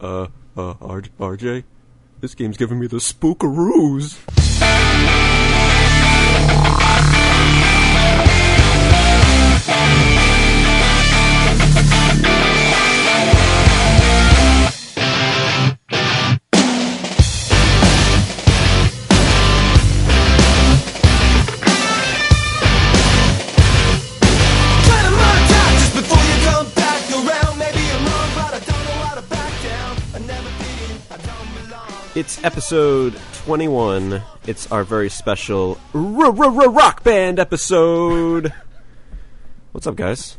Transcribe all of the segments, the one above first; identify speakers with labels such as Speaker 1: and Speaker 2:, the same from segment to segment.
Speaker 1: uh, uh, R- RJ, this game's giving me the spookaroos.
Speaker 2: Try to monetize just before you come back around. Maybe I'm wrong, but I don't know how to back down. I never did, I don't belong.
Speaker 3: It's episode 21. It's our very special rock band episode. What's up, guys?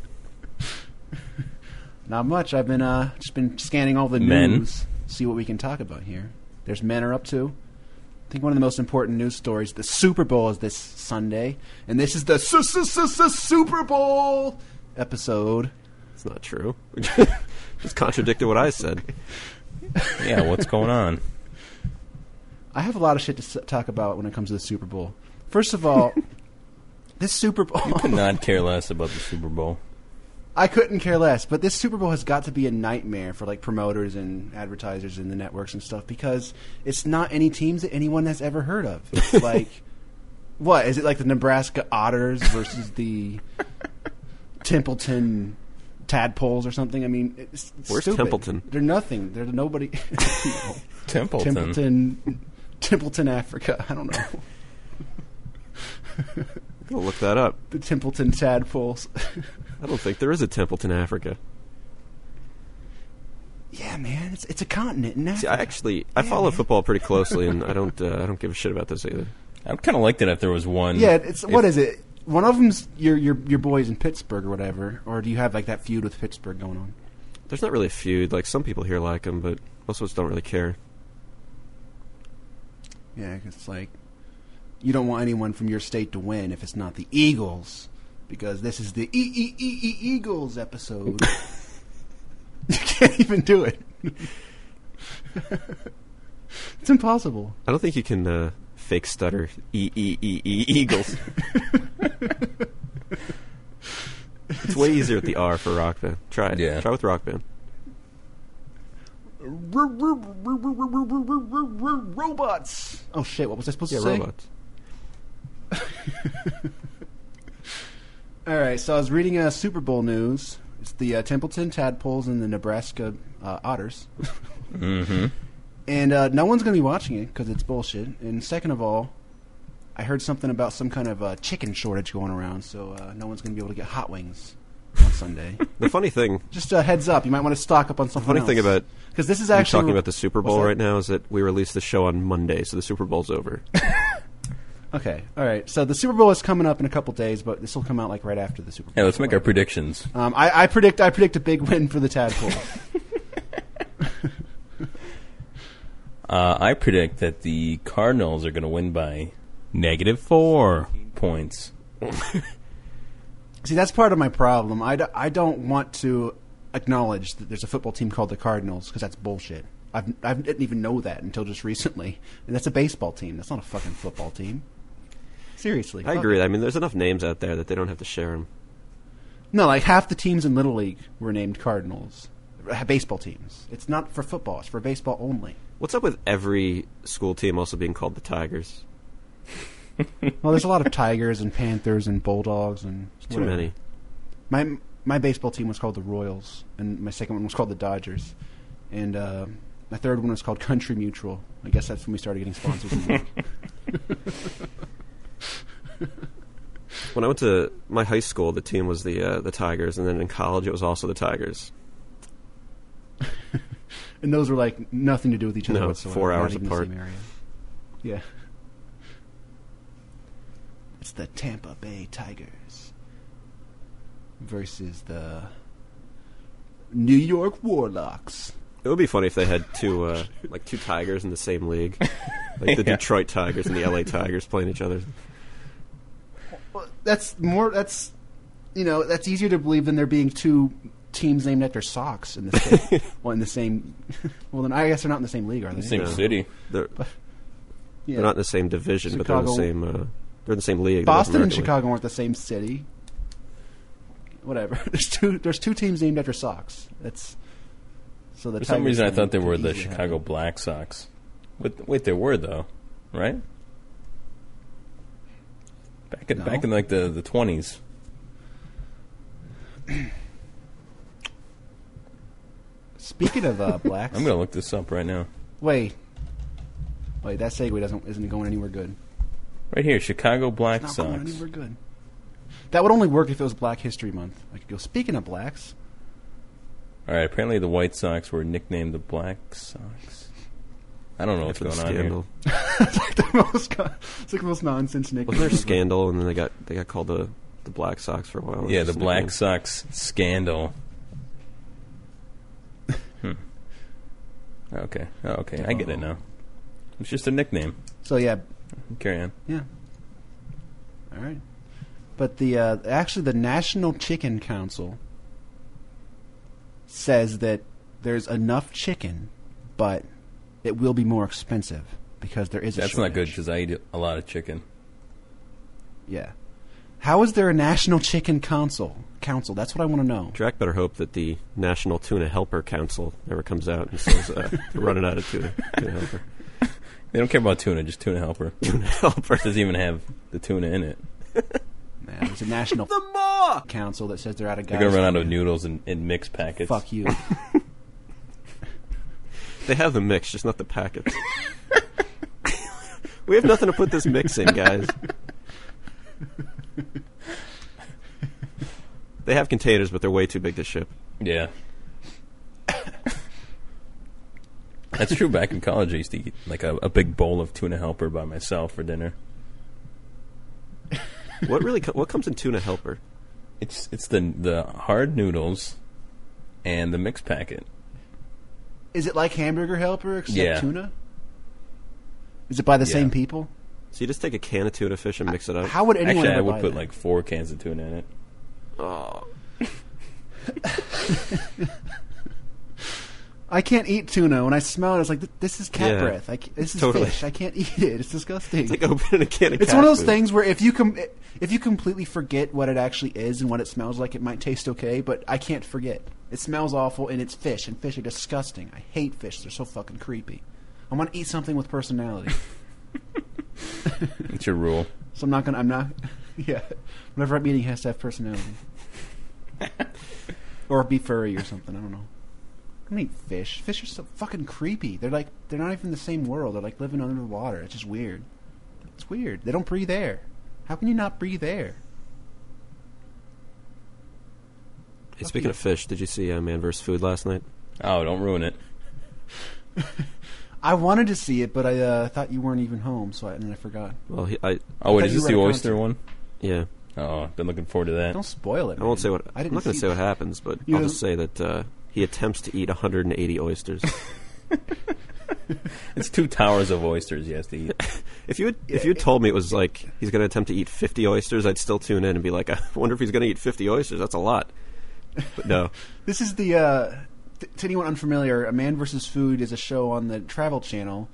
Speaker 4: Not much. I've been uh, just been scanning all the
Speaker 5: Men.
Speaker 4: news, see what we can talk about here. There's men are up to. I think one of the most important news stories. The Super Bowl is this Sunday, and this is the su- su- su- su- Super Bowl episode.
Speaker 3: It's not true. Just contradicted what I said.
Speaker 5: Yeah, what's going on?
Speaker 4: I have a lot of shit to s- talk about when it comes to the Super Bowl. First of all, this Super Bowl.
Speaker 5: Could not care less about the Super Bowl.
Speaker 4: I couldn't care less. But this Super Bowl has got to be a nightmare for like promoters and advertisers and the networks and stuff because it's not any teams that anyone has ever heard of. It's like what is it like the Nebraska Otters versus the Templeton Tadpoles or something? I mean, it's, it's
Speaker 3: Where's
Speaker 4: stupid.
Speaker 3: Templeton?
Speaker 4: They're nothing. They're nobody. No.
Speaker 5: Templeton.
Speaker 4: Templeton, Templeton, Africa. I don't know
Speaker 3: I'm gonna look that up.
Speaker 4: the Templeton Tadpoles.
Speaker 3: I don't think there is a Templeton, Africa.
Speaker 4: yeah, man, it's it's a continent. In
Speaker 3: See,
Speaker 4: Africa.
Speaker 3: I actually I
Speaker 4: Yeah,
Speaker 3: follow
Speaker 4: man.
Speaker 3: football pretty closely, and I don't uh, I don't give a shit about this either.
Speaker 5: I would kind of like that if there was one.
Speaker 4: Yeah, it's what
Speaker 5: if-
Speaker 4: is it? One of them's your your your boys in Pittsburgh or whatever, or do you have like that feud with Pittsburgh going on?
Speaker 3: There's not really a feud. Like some people here like them, but most of us don't really care.
Speaker 4: Yeah, 'cause it's like you don't want anyone from your state to win if it's not the Eagles, because this is the e e e e Eagles episode. you can't even do it. it's impossible.
Speaker 3: I don't think you can uh, fake stutter. E e e e Eagles. it's way easier with the R for rock band. Try it.
Speaker 5: Yeah.
Speaker 3: Try with rock band.
Speaker 4: Robots. Oh shit! What was I supposed
Speaker 3: Yeah,
Speaker 4: to say?
Speaker 3: robots.
Speaker 4: All right, so I was reading uh, Super Bowl news. It's the uh, Templeton Tadpoles and the Nebraska uh, Otters.
Speaker 5: Mm-hmm.
Speaker 4: And uh, no one's going to be watching it because it's bullshit. And second of all, I heard something about some kind of uh, chicken shortage going around, so uh, no one's going to be able to get hot wings on Sunday.
Speaker 3: The funny thing,
Speaker 4: Just a heads up, you might want to stock up on something
Speaker 3: funny thing about
Speaker 4: because this is
Speaker 3: I'm
Speaker 4: actually
Speaker 3: talking about the Super
Speaker 4: What's
Speaker 3: Bowl
Speaker 4: that?
Speaker 3: right now is that we released the show on Monday, so the Super Bowl's over.
Speaker 4: Okay, all right. So the Super Bowl is coming up in a couple days, but this will come out like right after the Super Bowl.
Speaker 5: Yeah, let's make our predictions.
Speaker 4: Um, I, I predict I predict a big win for the tadpole.
Speaker 5: Uh, I predict that the Cardinals are going to win by negative four points.
Speaker 4: See, that's part of my problem. I, d- I don't want to acknowledge that there's a football team called the Cardinals because that's bullshit. I've, I didn't even know that until just recently. And that's a baseball team. That's not a fucking football team. Seriously.
Speaker 3: I
Speaker 4: fuck
Speaker 3: agree.
Speaker 4: it.
Speaker 3: I mean, there's enough names out there that they don't have to share them.
Speaker 4: No, like half the teams in Little League were named Cardinals. Uh, Baseball teams. It's not for football. It's for baseball only.
Speaker 3: What's up with every school team also being called the Tigers?
Speaker 4: Well, there's a lot of Tigers and Panthers and Bulldogs and
Speaker 3: Too
Speaker 4: whatever.
Speaker 3: many.
Speaker 4: My my baseball team was called the Royals, and my second one was called the Dodgers, and uh, my third one was called Country Mutual. I guess that's when we started getting sponsors.
Speaker 3: When I went to my high school, the team was the uh, the Tigers, and then in college it was also the Tigers.
Speaker 4: and those were like nothing to do with each other
Speaker 3: No,
Speaker 4: whatsoever.
Speaker 3: four
Speaker 4: not
Speaker 3: hours
Speaker 4: even
Speaker 3: apart.
Speaker 4: The same area. Yeah. It's the Tampa Bay Tigers versus the New York Warlocks.
Speaker 3: It would be funny if they had two uh, like two Tigers in the same league, like the
Speaker 5: Yeah.
Speaker 3: Detroit Tigers and the LA Tigers playing each other.
Speaker 4: Well, that's more. That's you know that's easier to believe than there being two teams named after socks in the same. well, in the same. Well, then I guess they're not in the same league, are they?
Speaker 5: Same
Speaker 3: Yeah.
Speaker 5: city.
Speaker 3: They're,
Speaker 4: Yeah.
Speaker 3: they're not in the same division, but they're in the
Speaker 4: Chicago-
Speaker 3: same uh, they're in the same league. the North
Speaker 4: Boston and
Speaker 3: American League.
Speaker 4: Chicago aren't the same city. Whatever. There's two. There's two teams named after socks. That's So the
Speaker 5: For some
Speaker 4: Tigers
Speaker 5: reason, I
Speaker 4: didn't
Speaker 5: thought they
Speaker 4: make it
Speaker 5: were the
Speaker 4: easy.
Speaker 5: Chicago Black Sox. But wait, they were though, right? Back in
Speaker 4: No.
Speaker 5: back in like the the twenties.
Speaker 4: Speaking of uh, blacks,
Speaker 5: I'm gonna look this up right now.
Speaker 4: wait. Wait, that segue doesn't isn't going anywhere good.
Speaker 5: Right here, Chicago Black
Speaker 4: Not going
Speaker 5: Sox.
Speaker 4: anywhere good. That would only work if it was Black History Month. I could go. Speaking of blacks,
Speaker 5: All right, apparently the White Sox were nicknamed the Black Sox. I don't know what's
Speaker 3: After the
Speaker 5: going on here.
Speaker 3: scandal.
Speaker 4: it's like the most it's like the most nonsense nickname.
Speaker 3: Wasn't there a scandal, and then they got they got called the the Black Sox for a while?
Speaker 5: Yeah,
Speaker 3: It's
Speaker 5: the
Speaker 3: just
Speaker 5: Black
Speaker 3: nickname.
Speaker 5: Sox scandal. Hmm. Okay. Oh, okay. I get it now. It's just a nickname.
Speaker 4: So yeah,
Speaker 5: Carry on.
Speaker 4: yeah. All right, but the uh, actually the National Chicken Council says that there's enough chicken, but it will be more expensive because there is. A
Speaker 5: That's not good
Speaker 4: shortage.
Speaker 5: because I eat a lot of chicken.
Speaker 4: Yeah. How is there a National Chicken Council? Council. That's what I want to know.
Speaker 3: Jack better hope that the National Tuna Helper Council never comes out and says uh, we're running out of tuna. Tuna helper.
Speaker 5: They don't care about tuna, just tuna helper.
Speaker 3: Tuna helper.
Speaker 5: Doesn't even have the tuna in it.
Speaker 4: Nah, there's a National Council that says they're out of guys.
Speaker 5: They're gonna run out of noodles and, and mix packets.
Speaker 4: Fuck you.
Speaker 3: They have the mix, just not the packets. we have nothing to put this mix in, guys. They have containers, but they're way too big to ship.
Speaker 5: Yeah. That's true. Back in college, I used to eat like a, a big bowl of tuna helper by myself for dinner.
Speaker 3: What really? Co- what comes in tuna helper?
Speaker 5: It's it's the the hard noodles and the mix packet.
Speaker 4: is it like Hamburger Helper except
Speaker 5: Yeah.
Speaker 4: tuna? Is it by the
Speaker 5: Yeah.
Speaker 4: same people?
Speaker 3: So you just take a can of tuna fish and mix it up.
Speaker 4: How would anyone
Speaker 5: Actually, I
Speaker 4: ever
Speaker 5: would
Speaker 4: buy
Speaker 5: put
Speaker 4: that?
Speaker 5: like four cans of tuna in it.
Speaker 3: Oh,
Speaker 4: I can't eat tuna. When I smell it, it's like th- this is cat
Speaker 3: Yeah.
Speaker 4: breath. I c this is
Speaker 3: Totally.
Speaker 4: fish. I can't eat it. It's disgusting.
Speaker 3: it's like opening a can of.
Speaker 4: It's
Speaker 3: cat
Speaker 4: one of those
Speaker 3: food.
Speaker 4: things where if you com- if you completely forget what it actually is and what it smells like, it might taste okay. But I can't forget. It smells awful, and it's fish, and fish are disgusting. I hate fish. They're so fucking creepy. I want to eat something with personality,
Speaker 5: It's your rule.
Speaker 4: so I'm not gonna. I'm not. Yeah, whatever I'm eating has to have personality, or be furry or something. I don't know. I don't eat fish. Fish are so fucking creepy. They're like they're not even the same world. They're like living under the water. It's just weird. It's weird. They don't breathe air. How can you not breathe air?
Speaker 3: Hey, speaking of fish, did you see uh, Man vs. Food last night?
Speaker 5: Oh, don't ruin it.
Speaker 4: I wanted to see it, but I uh, thought you weren't even home, so I, and then I forgot.
Speaker 3: Well, he, I
Speaker 5: Oh wait,
Speaker 4: thought
Speaker 5: is
Speaker 4: you
Speaker 5: this
Speaker 4: were
Speaker 5: the
Speaker 4: at a
Speaker 5: oyster
Speaker 4: concert.
Speaker 5: one?
Speaker 3: yeah.
Speaker 5: Oh, I've been looking forward to that.
Speaker 4: Don't spoil it.
Speaker 3: I won't
Speaker 4: man.
Speaker 3: say what. I
Speaker 4: I didn't
Speaker 3: am not going to
Speaker 4: see
Speaker 3: say what
Speaker 4: it.
Speaker 3: happens, but
Speaker 4: You
Speaker 3: I'll just
Speaker 4: don't-
Speaker 3: say that uh, he attempts to eat 180 oysters.
Speaker 5: It's two towers of oysters you have to eat.
Speaker 3: if you had, if you had told me it was like he's going to attempt to eat 50 oysters, I'd still tune in and be like, I wonder if he's going to eat 50 oysters. That's a lot. But no,
Speaker 4: This is the. Uh, th- to anyone unfamiliar, A Man vs. Food is a show on the Travel Channel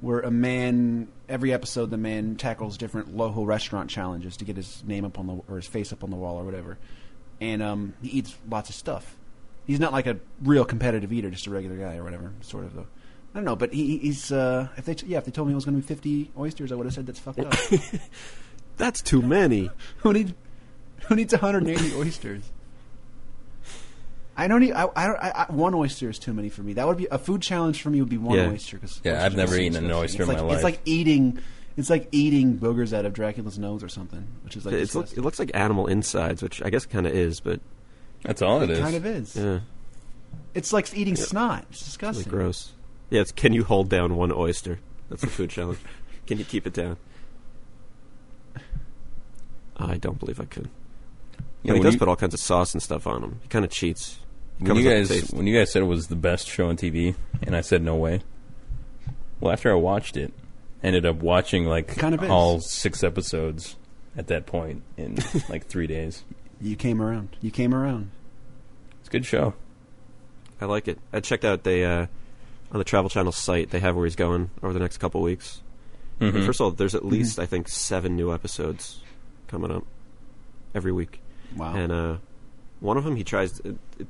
Speaker 4: where a man, every episode, the man tackles different local restaurant challenges to get his name up on the or his face up on the wall or whatever, and um, he eats lots of stuff. He's not like a real competitive eater, just a regular guy or whatever, sort of though. I don't know, but he, he's uh, if they t- yeah if they told me it was going to be fifty oysters, I would have said that's fucked up.
Speaker 3: that's too many.
Speaker 4: Who needs who needs 180 oysters? I don't need. I, I don't. I, I, one oyster is too many for me. That would be a food challenge for me. Would be one
Speaker 3: Yeah.
Speaker 4: oyster. Cause
Speaker 5: Yeah,
Speaker 4: oysters
Speaker 5: I've
Speaker 4: are
Speaker 5: never
Speaker 4: so
Speaker 5: eaten an
Speaker 4: disgusting.
Speaker 5: oyster
Speaker 4: It's
Speaker 5: in
Speaker 4: like,
Speaker 5: my life.
Speaker 4: It's like eating. It's like eating boogers out of Dracula's nose or something, which is like
Speaker 3: It's, look- it
Speaker 4: disgusting.
Speaker 3: looks like animal insides, which I guess kind of is, but
Speaker 5: That's all it is.
Speaker 4: kind of is.
Speaker 3: yeah,
Speaker 4: It's like eating snot. It's
Speaker 3: really
Speaker 4: disgusting.
Speaker 3: gross. Yeah, it's can you hold down one oyster? That's the food challenge. Can you keep it down? I don't believe I could.
Speaker 5: Yeah,
Speaker 3: but he
Speaker 5: when
Speaker 3: does
Speaker 5: you-
Speaker 3: put all kinds of sauce and stuff on them. He kind of cheats. He
Speaker 5: When
Speaker 3: covers
Speaker 5: you
Speaker 3: up the
Speaker 5: guys,
Speaker 3: taste.
Speaker 5: when you guys said it was the best show on TV, and I said no way. Well, after I watched it, ended up watching like
Speaker 4: Kind of is.
Speaker 5: all six episodes at that point in like three days.
Speaker 4: You came around. You came around.
Speaker 5: It's a good show.
Speaker 3: I like it. I checked out they uh, on the Travel Channel site. They have where he's going over the next couple weeks. And
Speaker 4: Mm-hmm.
Speaker 5: Mhm.
Speaker 3: First of all, there's at least I think seven new episodes coming up every week,
Speaker 4: Wow.
Speaker 3: and uh, one of them he tries. It, it,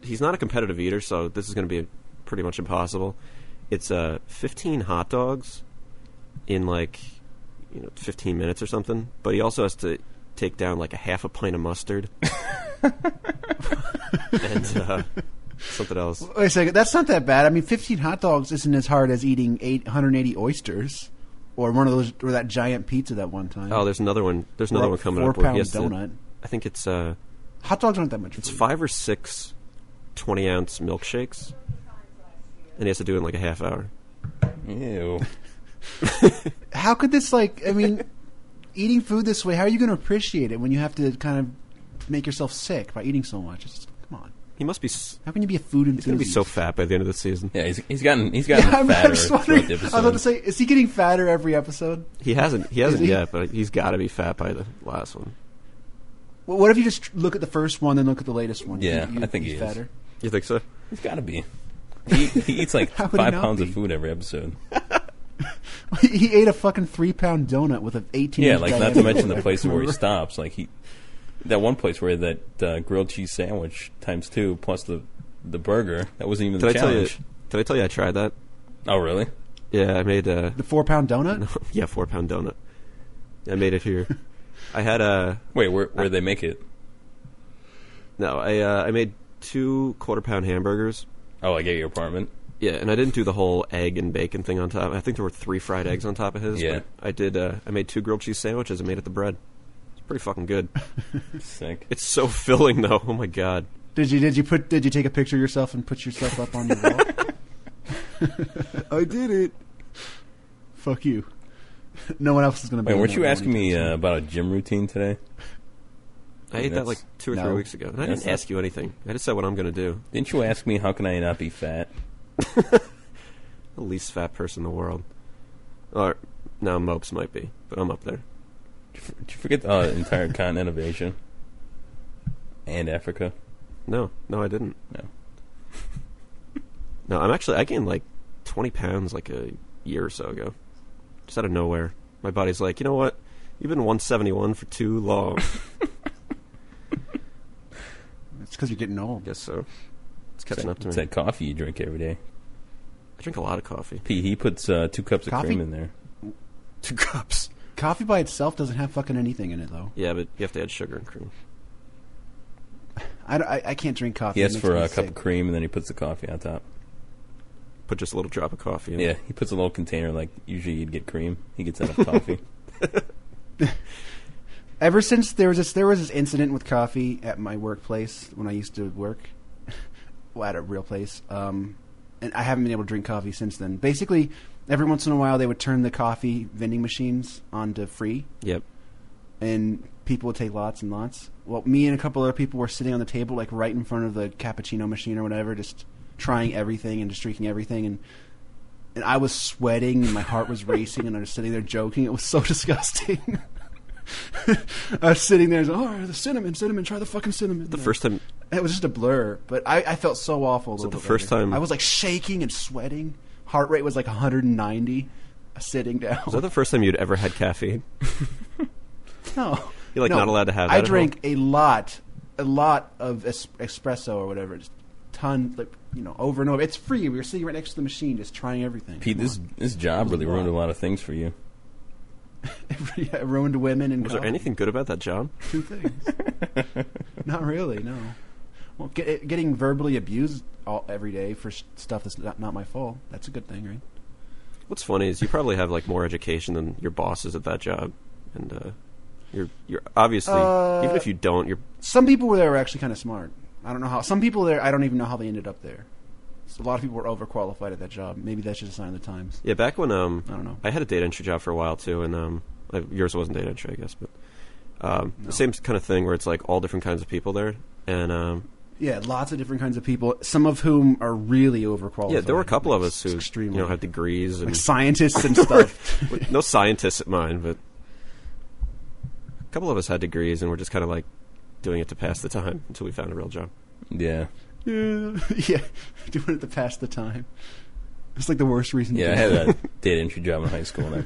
Speaker 3: he's not a competitive eater, so this is going to be pretty much impossible. It's uh, 15 hot dogs in like you know 15 minutes or something. But he also has to take down like a half a pint of mustard and uh, something else.
Speaker 4: Wait a second. That's not that bad. I mean, 15 hot dogs isn't as hard as eating eight hundred and eighty oysters or one of those or that giant pizza that one time.
Speaker 3: Oh, there's another one. There's another
Speaker 4: Or a
Speaker 3: one coming up. where
Speaker 4: four-pound
Speaker 3: he has to-
Speaker 4: donut.
Speaker 3: I think it's uh,
Speaker 4: hot dogs aren't that much.
Speaker 3: it's
Speaker 4: food.
Speaker 3: five or six 20 ounce milkshakes, and he has to do it in like a half hour.
Speaker 5: Ew.
Speaker 4: How could this like? I mean, eating food this way. How are you going to appreciate it when you have to kind of make yourself sick by eating so much? It's just, come on.
Speaker 3: He must be. S-
Speaker 4: How can you be a food
Speaker 3: He's gonna
Speaker 4: enthusiast?
Speaker 3: be so fat by the end of the season.
Speaker 5: Yeah, he's, he's gotten he's gotten
Speaker 4: Yeah, I'm,
Speaker 5: fatter
Speaker 4: I'm just
Speaker 5: throughout
Speaker 4: wondering. I
Speaker 5: the
Speaker 4: was
Speaker 5: episode.
Speaker 4: about to say, is he getting fatter every episode?
Speaker 3: He hasn't. He hasn't
Speaker 4: he?
Speaker 3: yet, but he's got to be fat by the last one.
Speaker 4: Well, what if you just look at the first one, then look at the latest one?
Speaker 5: Yeah,
Speaker 4: You- you-
Speaker 5: I think
Speaker 4: he's
Speaker 5: he is.
Speaker 4: fatter.
Speaker 3: You think so?
Speaker 5: he's got to be. He, he eats like
Speaker 4: How
Speaker 5: five
Speaker 4: would he not
Speaker 5: pounds
Speaker 4: be?
Speaker 5: of food every episode.
Speaker 4: he ate a fucking three pound donut with an eighteen.
Speaker 5: Yeah, like not to mention the places where he stops. Like he, that one place where that uh, grilled cheese sandwich times two plus the the burger that wasn't even
Speaker 3: Did I
Speaker 5: the
Speaker 3: tell you?
Speaker 5: challenge.
Speaker 3: Did I tell you I tried that?
Speaker 5: Oh really?
Speaker 3: Yeah, I made a
Speaker 4: the four pound donut.
Speaker 3: yeah four pound donut. I made it here. I had uh, a
Speaker 5: Wait, where where they make it?
Speaker 3: no. I uh, I made two quarter pound hamburgers.
Speaker 5: Oh, like at your apartment.
Speaker 3: Yeah, and I didn't do the whole egg and bacon thing on top. I think there were three fried eggs on top of his.
Speaker 5: Yeah.
Speaker 3: but I did. Uh, I made two grilled cheese sandwiches and made it the bread. It's pretty fucking good.
Speaker 5: Sick.
Speaker 3: It's so filling though. Oh my god.
Speaker 4: Did you did you put did you take a picture of yourself and put yourself up on your wall?
Speaker 3: I did it.
Speaker 4: Fuck you. No one else is gonna. be
Speaker 5: Wait,
Speaker 4: in
Speaker 5: weren't
Speaker 4: that
Speaker 5: you
Speaker 4: one
Speaker 5: asking me
Speaker 4: anytime
Speaker 5: uh,
Speaker 4: soon.
Speaker 5: about a gym routine today?
Speaker 3: I ate that
Speaker 5: That's-
Speaker 3: like two or
Speaker 4: no.
Speaker 3: three weeks ago. And I
Speaker 5: That's
Speaker 3: didn't
Speaker 5: not-
Speaker 3: ask you anything. I just said what I'm going to do.
Speaker 5: Didn't you ask me how can I not be fat?
Speaker 3: The least fat person in the world. Or now Mopes might be, but I'm up there.
Speaker 5: Did you f- did you forget the uh, entire continent of Asia and Africa?
Speaker 3: No, no, I didn't.
Speaker 5: No.
Speaker 3: No, I'm actually I gained like 20 pounds like a year or so ago, just out of nowhere. My body's like, you know what? You've been 171 for too long.
Speaker 4: It's because you're getting old.
Speaker 3: Guess so. It's catching up to
Speaker 5: It's
Speaker 3: me.
Speaker 5: that coffee you drink every day.
Speaker 3: I drink a lot of coffee.
Speaker 5: P, he puts uh, two cups of
Speaker 4: Coffee?
Speaker 5: cream in there.
Speaker 3: Two cups.
Speaker 4: Coffee by itself doesn't have fucking anything in it though.
Speaker 3: Yeah, but you have to add sugar and cream.
Speaker 4: I, don't- I, I can't drink coffee.
Speaker 5: He
Speaker 4: It
Speaker 5: asks
Speaker 4: makes
Speaker 5: for
Speaker 4: me
Speaker 5: a cup of
Speaker 4: sick.
Speaker 5: cream and then he puts the coffee on top.
Speaker 3: Put just a little drop of coffee in.
Speaker 5: Yeah, he puts a little container like usually you'd get cream. He gets out of coffee.
Speaker 4: Ever since there was this there was this incident with coffee at my workplace when I used to work well, at a real place, um, and I haven't been able to drink coffee since then. Basically, every once in a while they would turn the coffee vending machines onto free,
Speaker 3: Yep.
Speaker 4: and people would take lots and lots. Well, me and a couple other people were sitting on the table, like right in front of the cappuccino machine or whatever, just trying everything and just drinking everything. And and I was sweating and my heart was racing, and I was sitting there joking. It was so disgusting. I was sitting there, oh, the cinnamon, cinnamon, try the fucking cinnamon.
Speaker 3: The first time
Speaker 4: it was just a blur, but I, I felt so awful. a
Speaker 3: it
Speaker 4: little
Speaker 3: the
Speaker 4: bit
Speaker 3: first
Speaker 4: later.
Speaker 3: time-
Speaker 4: I was like shaking and sweating. Heart rate was like 190. Sitting down.
Speaker 3: Was that the first time you'd ever had caffeine?
Speaker 4: No,
Speaker 3: You're, like,
Speaker 4: No.
Speaker 3: not allowed to have that
Speaker 4: I
Speaker 3: at
Speaker 4: drank a lot, a lot of es- espresso or whatever, just ton, like you know, over and over. It's free. We were sitting right next to the machine, just trying everything.
Speaker 5: Pete,
Speaker 4: Come
Speaker 5: this this job really ruined a lot of things for you.
Speaker 4: on. Yeah, ruined women and
Speaker 3: Was there
Speaker 4: coffee.
Speaker 3: anything good about that job?
Speaker 4: Two things. not really. No. Well, get, getting verbally abused all, every day for s- stuff that's not, not my fault. That's a good thing, right?
Speaker 3: What's funny is you probably have like more education than your bosses at that job, and uh, you're you're obviously
Speaker 4: Uh,
Speaker 3: even if you don't, you're
Speaker 4: Some people were there were actually kind of smart. I don't know how. Some people there, I don't even know how they ended up there. So a lot of people were overqualified at that job. Maybe that's just a sign of the times.
Speaker 3: yeah. Back when um,
Speaker 4: I don't know.
Speaker 3: I had a data entry job for a while too, and um, I, yours wasn't data entry, I guess, but um, the same kind of thing where it's like all different kinds of people there, and um,
Speaker 4: Yeah, lots of different kinds of people, some of whom are really overqualified.
Speaker 3: yeah, there were a couple of
Speaker 4: Like,
Speaker 3: us who
Speaker 4: extremely
Speaker 3: you know had degrees
Speaker 4: like
Speaker 3: and
Speaker 4: scientists and stuff.
Speaker 3: no scientists at mine, but a couple of us had degrees and we're just kind of like doing it to pass the time until we found a real job.
Speaker 5: Yeah,
Speaker 4: yeah, yeah, doing it to pass the time. It's like the worst reason.
Speaker 5: yeah.
Speaker 4: to
Speaker 5: I
Speaker 4: do
Speaker 5: had
Speaker 4: it.
Speaker 5: a data entry job in high school. And I,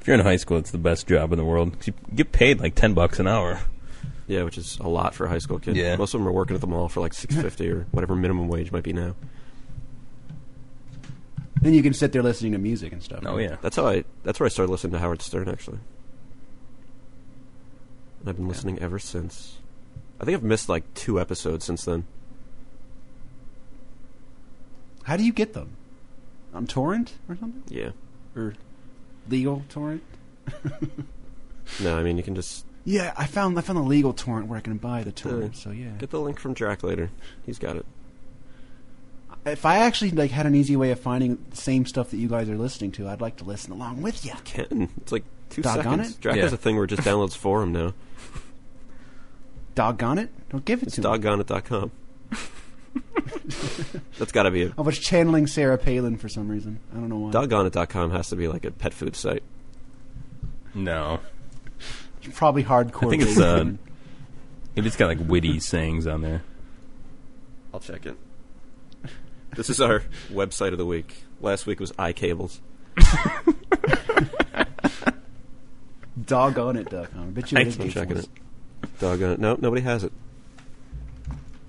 Speaker 5: if you're in high school, it's the best job in the world. 'cause You get paid like ten bucks an hour.
Speaker 3: Yeah, which is a lot for a high school kid.
Speaker 5: Yeah.
Speaker 3: Most of them are working at the mall for like six fifty or whatever minimum wage might be now.
Speaker 4: Then you can sit there listening to music and stuff.
Speaker 5: Oh yeah.
Speaker 3: That's how I. That's where I started listening to Howard Stern actually. And I've been listening ever since. I think I've missed like two episodes since then.
Speaker 4: How do you get them? On torrent or something?
Speaker 3: Yeah.
Speaker 4: Or legal torrent?
Speaker 3: No, I mean you can just
Speaker 4: Yeah, I found I found a legal torrent where I can buy the torrent. So yeah,
Speaker 3: get the link from Jack later. He's got it.
Speaker 4: if I actually like had an easy way of finding the same stuff that you guys are listening to, I'd like to listen along with you.
Speaker 3: Ken, it's like two
Speaker 4: Doggone
Speaker 3: seconds.
Speaker 4: it.
Speaker 3: Jack
Speaker 5: Yeah.
Speaker 3: has a thing where it just downloads for him now.
Speaker 4: Doggone it! Don't give it
Speaker 3: It's
Speaker 4: to me.
Speaker 3: doggoneit.com. That's got to be it.
Speaker 4: I was Oh, channeling Sarah Palin for some reason. I don't know why.
Speaker 3: Doggoneit.com has to be like a pet food site.
Speaker 5: No.
Speaker 4: It's Probably hardcore.
Speaker 5: I think it's,
Speaker 4: legal
Speaker 5: uh,
Speaker 4: torrent.
Speaker 5: It just got like witty sayings on there.
Speaker 3: I'll check it. This is our website of the week. Last week was iCables.
Speaker 4: doggone it. Doggone. I bet you it is
Speaker 3: I'm checking
Speaker 4: Gatefold.
Speaker 3: it. Doggone it. No, nobody has it.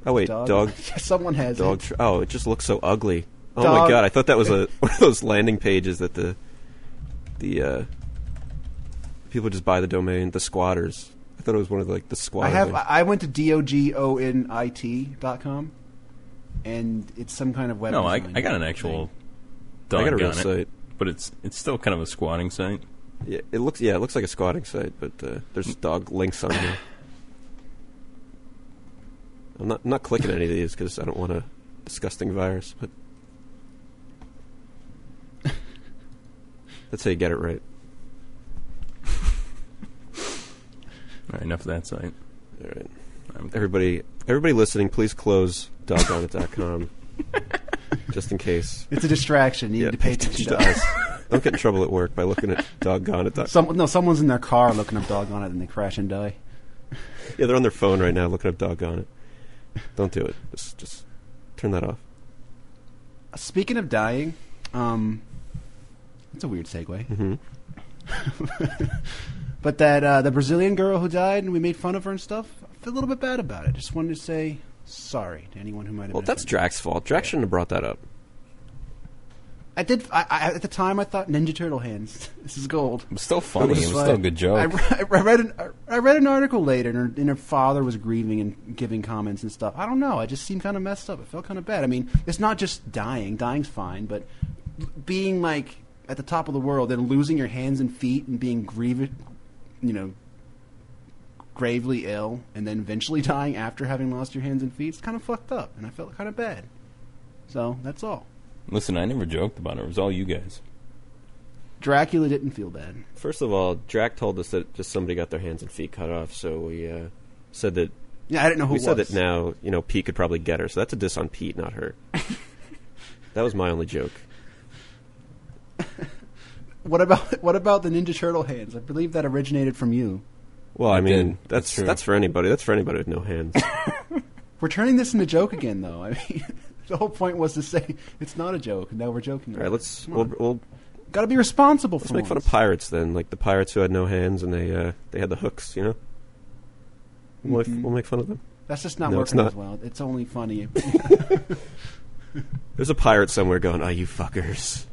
Speaker 3: Oh, wait.
Speaker 4: Dog-
Speaker 3: dog
Speaker 4: Someone has
Speaker 3: Dog.
Speaker 4: it.
Speaker 3: Tr- oh, it just looks so ugly. Oh my
Speaker 4: Dog-
Speaker 3: god! I thought that was a one of those landing pages that the the uh, people just buy the domain. The squatters. I thought it was one of the, like the
Speaker 4: I
Speaker 3: squatters.
Speaker 4: have. I I went to d o g o n i t dot com, and it's some kind of web.
Speaker 5: No, I,
Speaker 4: design
Speaker 5: I got an
Speaker 4: thing.
Speaker 5: actual.
Speaker 3: I got a
Speaker 5: dog
Speaker 3: real
Speaker 5: on it,
Speaker 3: site.
Speaker 5: but it's it's still kind of a squatting site.
Speaker 3: Yeah, it looks. Yeah, it looks like a squatting site, but uh, there's dog links on here. I'm not I'm not clicking any of these because I don't want a disgusting virus. But that's how you get it right.
Speaker 5: All right, enough of that site.
Speaker 3: All right.
Speaker 5: I'm-
Speaker 3: Everybody, everybody listening, please close doggoneit.com just in case.
Speaker 4: It's a distraction.
Speaker 3: Yeah,
Speaker 4: You need to pay
Speaker 3: pay
Speaker 4: attention
Speaker 3: attention
Speaker 4: to
Speaker 3: to
Speaker 4: us.
Speaker 3: Don't get in trouble at work by looking at doggoneit.com.
Speaker 4: Some, no, someone's in their car looking up doggone it, and they crash and die.
Speaker 3: yeah, they're on their phone right now looking up doggone it. Don't do it. Just, just turn that off.
Speaker 4: Speaking of dying, um, that's a weird segue.
Speaker 3: Mhm. Mm-hmm.
Speaker 4: but that uh, the Brazilian girl who died and we made fun of her and stuff, I feel a little bit bad about it. Just wanted to say sorry to anyone who might have.
Speaker 3: Well,
Speaker 4: been
Speaker 3: that's
Speaker 4: offended.
Speaker 3: Drax's fault. Drax shouldn't have brought that up.
Speaker 4: I did. I, I, at the time, I thought Ninja Turtle hands. this is gold.
Speaker 5: It was still funny. It was
Speaker 4: But
Speaker 5: still a good joke.
Speaker 4: I, re- I read an I read an article later, and her, and her father was grieving and giving comments and stuff. I don't know. I just seemed kind of messed up. It felt kind of bad. I mean, it's not just dying. Dying's fine, but being like at the top of the world and losing your hands and feet and being grieved, you know, gravely ill, and then eventually dying after having lost your hands and feet. It's kind of fucked up, and I felt kind of bad. So that's all.
Speaker 5: Listen, I never joked about it. It was all you guys.
Speaker 4: Dracula didn't feel bad.
Speaker 3: First of all, Drax told us that just somebody got their hands and feet cut off, so we uh, said that
Speaker 4: Yeah, I didn't know who
Speaker 3: we
Speaker 4: it
Speaker 3: said
Speaker 4: was.
Speaker 3: that now you know Pete could probably get her. So that's a diss on Pete, not her. that was my only joke.
Speaker 4: What about what about the Ninja Turtle hands? I believe that originated from you.
Speaker 3: Well, I,
Speaker 5: I
Speaker 3: mean,
Speaker 5: did.
Speaker 3: that's
Speaker 5: That's
Speaker 3: that's,
Speaker 5: true.
Speaker 3: for anybody. That's for anybody with no hands.
Speaker 4: We're turning this into a joke again, though. I mean, the whole point was to say it's not a joke, and now we're joking.
Speaker 3: All right, let's we'll, we'll
Speaker 4: got to be responsible
Speaker 3: let's
Speaker 4: for
Speaker 3: make fun of
Speaker 4: once.
Speaker 3: pirates then, like the pirates who had no hands and they uh, they had the hooks, you know. We'll, make- we'll make fun of them.
Speaker 4: That's just not
Speaker 3: No, it's
Speaker 4: working
Speaker 3: not.
Speaker 4: as well. It's only funny.
Speaker 3: There's a pirate somewhere going, "Ah, you fuckers."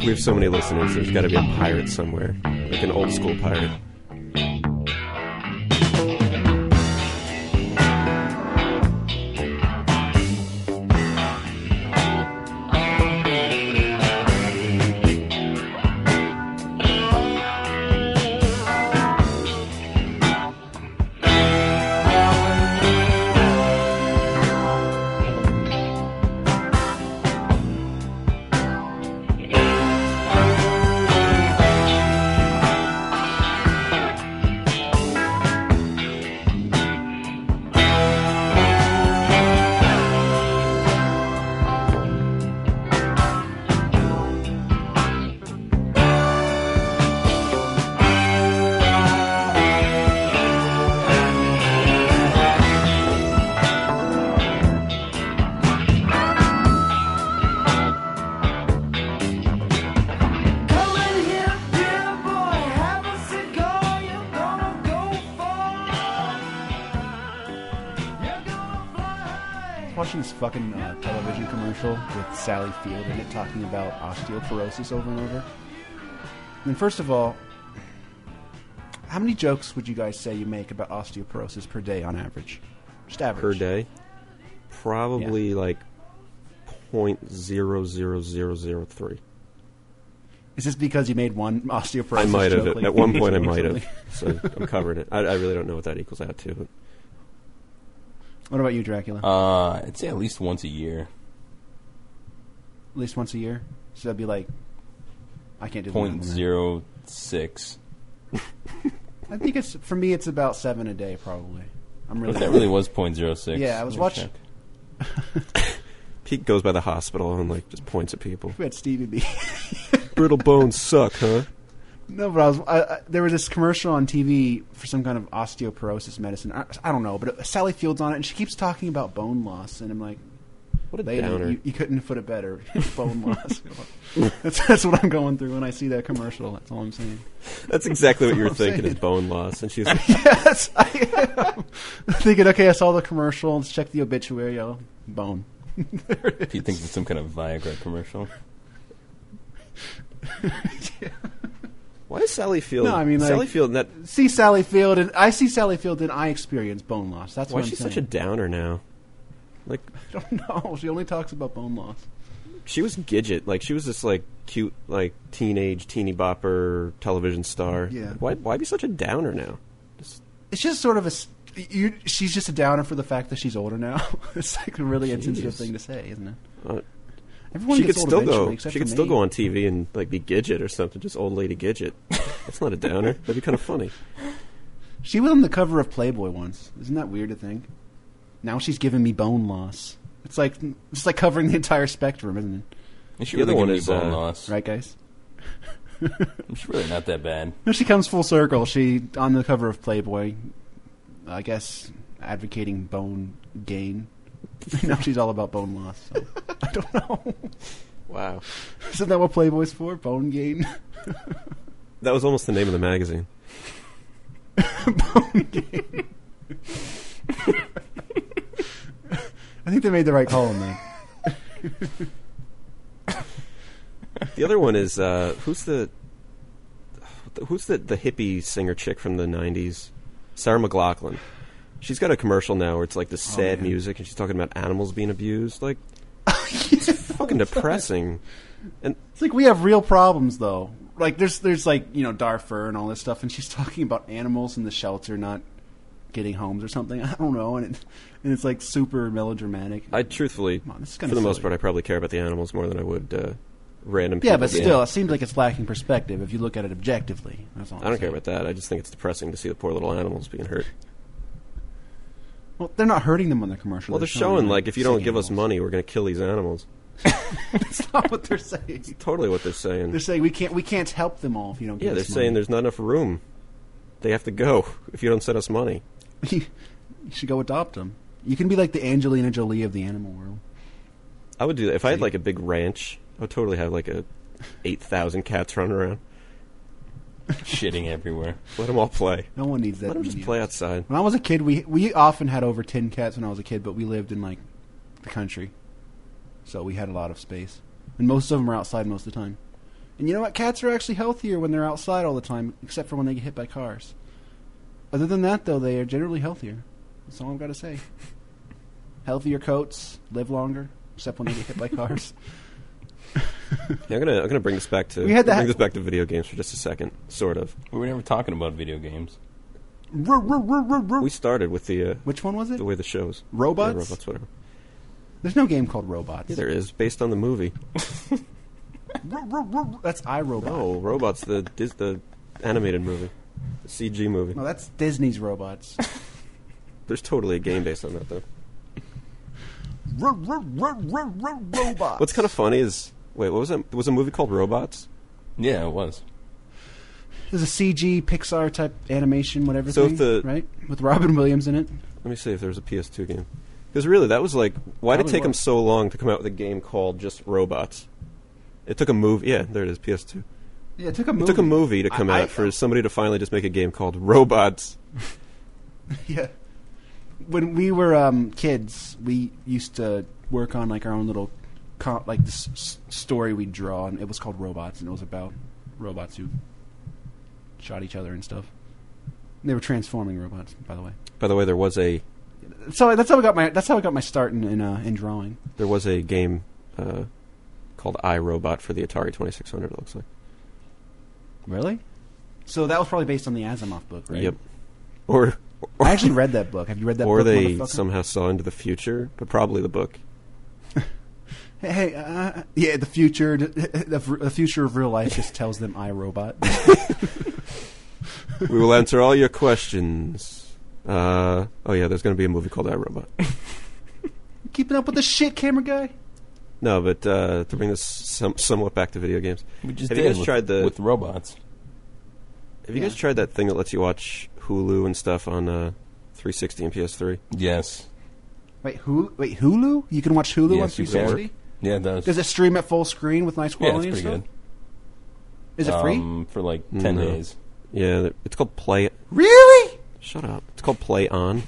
Speaker 3: we have so many listeners. There's got to be a pirate somewhere, like an old school pirate.
Speaker 4: this fucking uh, television commercial with Sally Field in it talking about osteoporosis over and over. And first of all, how many jokes would you guys say you make about osteoporosis per day on average? Just average.
Speaker 3: per day. Probably like point zero zero zero zero three.
Speaker 4: Is this because you made one osteoporosis?
Speaker 3: I might have
Speaker 4: joke, like,
Speaker 3: at one point. I
Speaker 4: recently?
Speaker 3: might have. So I'm covering it. I, I really don't know what that equals out to. But
Speaker 4: What about you, Dracula?
Speaker 5: Uh, I'd say at least once a year.
Speaker 4: at least once a year. So that'd be like, I can't do the
Speaker 5: Point
Speaker 4: math on that.
Speaker 5: zero six.
Speaker 4: I think it's for me. It's about seven a day, probably. I'm really.
Speaker 5: But that really was point zero six.
Speaker 4: Yeah, I was
Speaker 5: Let me
Speaker 4: watching-
Speaker 5: check.
Speaker 3: Pete goes by the hospital and like just points at people.
Speaker 4: we had Stevie B.
Speaker 3: Brittle bones suck, huh?
Speaker 4: no, but I was. I, I, there was this commercial on TV for some kind of osteoporosis medicine. I, I don't know, but it, Sally Field's on it, and she keeps talking about bone loss, and I'm like,
Speaker 3: What a
Speaker 4: lady,
Speaker 3: downer.
Speaker 4: you, you couldn't have put it better. bone loss. that's that's what I'm going through when I see that commercial. That's all I'm saying.
Speaker 3: That's exactly what you were
Speaker 4: That's what I'm
Speaker 3: thinking is
Speaker 4: saying.
Speaker 3: bone loss. And she's like,
Speaker 4: yes, I am. Thinking, okay, I saw the commercial. Let's check the obituary. Oh, bone.
Speaker 5: Pete thinks it's some kind of Viagra commercial.
Speaker 3: why is Sally Field?
Speaker 4: No, I mean, like-
Speaker 3: Sally Field. That,
Speaker 4: See Sally Field, and I see Sally Field, and I experience bone loss. That's
Speaker 3: why
Speaker 4: what
Speaker 3: is
Speaker 4: I'm
Speaker 3: she
Speaker 4: saying.
Speaker 3: such a downer now? Like
Speaker 4: I don't know. She only talks about bone loss.
Speaker 3: she was Gidget. Like she was this like cute like teenage teeny bopper television star.
Speaker 4: Yeah.
Speaker 3: Why why be such a downer now?
Speaker 4: It's just sort of a. s- You, she's just a downer for the fact that she's older now. it's like a really insensitive
Speaker 3: Jeez.
Speaker 4: thing to say, isn't it?
Speaker 3: Uh,
Speaker 4: Everyone
Speaker 3: she
Speaker 4: gets
Speaker 3: could
Speaker 4: old
Speaker 3: still
Speaker 4: eventually,
Speaker 3: go.
Speaker 4: except
Speaker 3: She
Speaker 4: for
Speaker 3: could still
Speaker 4: me.
Speaker 3: go on TV and like be Gidget or something. Just old lady Gidget. That's not a downer. That'd be kind of funny.
Speaker 4: She was on the cover of Playboy once. Isn't that weird to think? Now she's giving me bone loss. It's like it's like covering the entire spectrum, isn't
Speaker 5: And she
Speaker 3: The other
Speaker 5: really
Speaker 3: one
Speaker 5: gives
Speaker 3: is,
Speaker 5: me bone
Speaker 3: uh,
Speaker 5: loss.
Speaker 4: it? Right, guys.
Speaker 5: She's really not that bad.
Speaker 4: No, she comes full circle. She on the cover of Playboy, I guess, advocating bone gain. now she's all about bone loss. So. I don't know.
Speaker 3: Wow.
Speaker 4: Isn't that what Playboy's for? Bone gain.
Speaker 3: That was almost the name of the magazine.
Speaker 4: I think they made the right call on that.
Speaker 3: The other one is uh, who's the who's the the hippie singer chick from the '90s, Sarah McLaughlin. She's got a commercial now where it's like the sad
Speaker 4: Oh, man.
Speaker 3: music, and she's talking about animals being abused. Like, it's fucking depressing.
Speaker 4: It's like we have real problems though. Like there's there's like you know Darfur and all this stuff, and she's talking about animals in the shelter not getting homes or something. I don't know, and it, and it's like super melodramatic.
Speaker 3: I truthfully,
Speaker 4: Come on, this is
Speaker 3: for
Speaker 4: kinda
Speaker 3: the most
Speaker 4: silly.
Speaker 3: part, I probably care about the animals more than I would uh, random.
Speaker 4: yeah,
Speaker 3: people
Speaker 4: but
Speaker 3: being-
Speaker 4: still, it seems like it's lacking perspective if you look at it objectively. That's all.
Speaker 3: I don't care about that. I just think it's depressing to see the poor little animals being hurt.
Speaker 4: Well, they're not hurting them on the commercial.
Speaker 3: Well, they're showing like if you don't give us money, we're going to kill these animals.
Speaker 4: that's not what they're saying.
Speaker 3: Totally, what they're saying.
Speaker 4: They're saying we can't we can't help them all if you don't.
Speaker 3: yeah,
Speaker 4: give
Speaker 3: they're
Speaker 4: us
Speaker 3: saying there's not enough room. They have to go if you don't send us money.
Speaker 4: there's you should go adopt them. You can be like the Angelina Jolie of the animal world.
Speaker 3: I would do that if I had like a big ranch. I would totally have like a eight thousand cats running around.
Speaker 5: Shitting everywhere.
Speaker 3: Let them all play.
Speaker 4: No one needs that.
Speaker 3: Let them just
Speaker 4: many
Speaker 3: play
Speaker 4: of us.
Speaker 3: outside.
Speaker 4: When I was a kid, we we often had over ten cats. When I was a kid, but we lived in like the country, so we had a lot of space, and most of them are outside most of the time. And you know what? Cats are actually healthier when they're outside all the time, except for when they get hit by cars. Other than that, though, they are generally healthier. That's all I've got to say. Healthier coats, live longer, except when they get hit by cars.
Speaker 3: Yeah, I'm gonna I'm gonna bring this back to
Speaker 4: We had that-
Speaker 3: bring this back to video games for just a second, sort of.
Speaker 5: We were never talking about video games.
Speaker 4: Ruh, ruh, ruh, ruh, ruh.
Speaker 3: We started with the uh,
Speaker 4: Which one was it?
Speaker 3: the way the shows
Speaker 4: Robots?
Speaker 3: Yeah, robots, whatever.
Speaker 4: There's no game called Robots.
Speaker 3: Yeah, there is based on the movie.
Speaker 4: Ruh, ruh, ruh, ruh. That's iRobot.
Speaker 3: No, Oh, robots the dis- the animated movie, the CG movie.
Speaker 4: no, that's Disney's Robots.
Speaker 3: There's totally a game based on that though.
Speaker 4: Robot.
Speaker 3: What's kind of funny is wait, what was that? Was a movie called Robots?
Speaker 5: Yeah, it was.
Speaker 4: There's a CG Pixar type animation, whatever.
Speaker 3: So if
Speaker 4: thing,
Speaker 3: the-
Speaker 4: right with Robin Williams in it.
Speaker 3: Let me see if there was a PS2 game. Because really, that was like, why did it
Speaker 4: Probably
Speaker 3: take them
Speaker 4: was.
Speaker 3: so long to come out with a game called just Robots? It took a movie. Yeah, there it is. PS2.
Speaker 4: Yeah, it took a
Speaker 3: It took a movie to come
Speaker 4: I-
Speaker 3: out for somebody to finally just make a game called Robots.
Speaker 4: Yeah. When we were um, kids, we used to work on like our own little comp, like this s- story we'd draw, and it was called Robots, and it was about robots who shot each other and stuff. And they were transforming robots, by the way.
Speaker 3: By the way, there was a
Speaker 4: So that's how I got my that's how I got my start in in, uh, in drawing.
Speaker 3: there was a game uh, called iRobot for the Atari 2600. It looks like.
Speaker 4: Really? So that was probably based on the Asimov book, right?
Speaker 3: Yep. Or or,
Speaker 4: I actually read that book. Have you read that
Speaker 3: or
Speaker 4: book?
Speaker 3: they
Speaker 4: motherfucker?
Speaker 3: somehow saw into the future, but probably the book.
Speaker 4: Hey, hey, uh, yeah, the future, the, the future of real life just tells them I robot.
Speaker 3: we will answer all your questions. Uh, oh yeah, there's going to be a movie called iRobot.
Speaker 4: Keeping up with the shit, camera guy.
Speaker 3: No, but uh, to bring this some, somewhat back to video games,
Speaker 5: We just
Speaker 3: Have you
Speaker 5: did
Speaker 3: guys
Speaker 5: with,
Speaker 3: tried the-
Speaker 5: with robots.
Speaker 3: have you guys
Speaker 4: Yeah.
Speaker 3: tried that thing that lets you watch Hulu and stuff on uh, 360 and PS3?
Speaker 5: Yes.
Speaker 4: Wait, Hulu? Wait, Hulu? You can watch Hulu on
Speaker 5: yes, you can.
Speaker 4: 360.
Speaker 5: Yeah, it does.
Speaker 4: Does it stream at full screen with nice
Speaker 5: yeah,
Speaker 4: quality
Speaker 5: it's pretty
Speaker 4: and
Speaker 5: good.
Speaker 4: stuff? Is it free? Mm-hmm.
Speaker 5: Um, for like ten
Speaker 3: No.
Speaker 5: days.
Speaker 3: Yeah, th- it's called Play.
Speaker 4: really?
Speaker 3: Shut up. It's called Play On.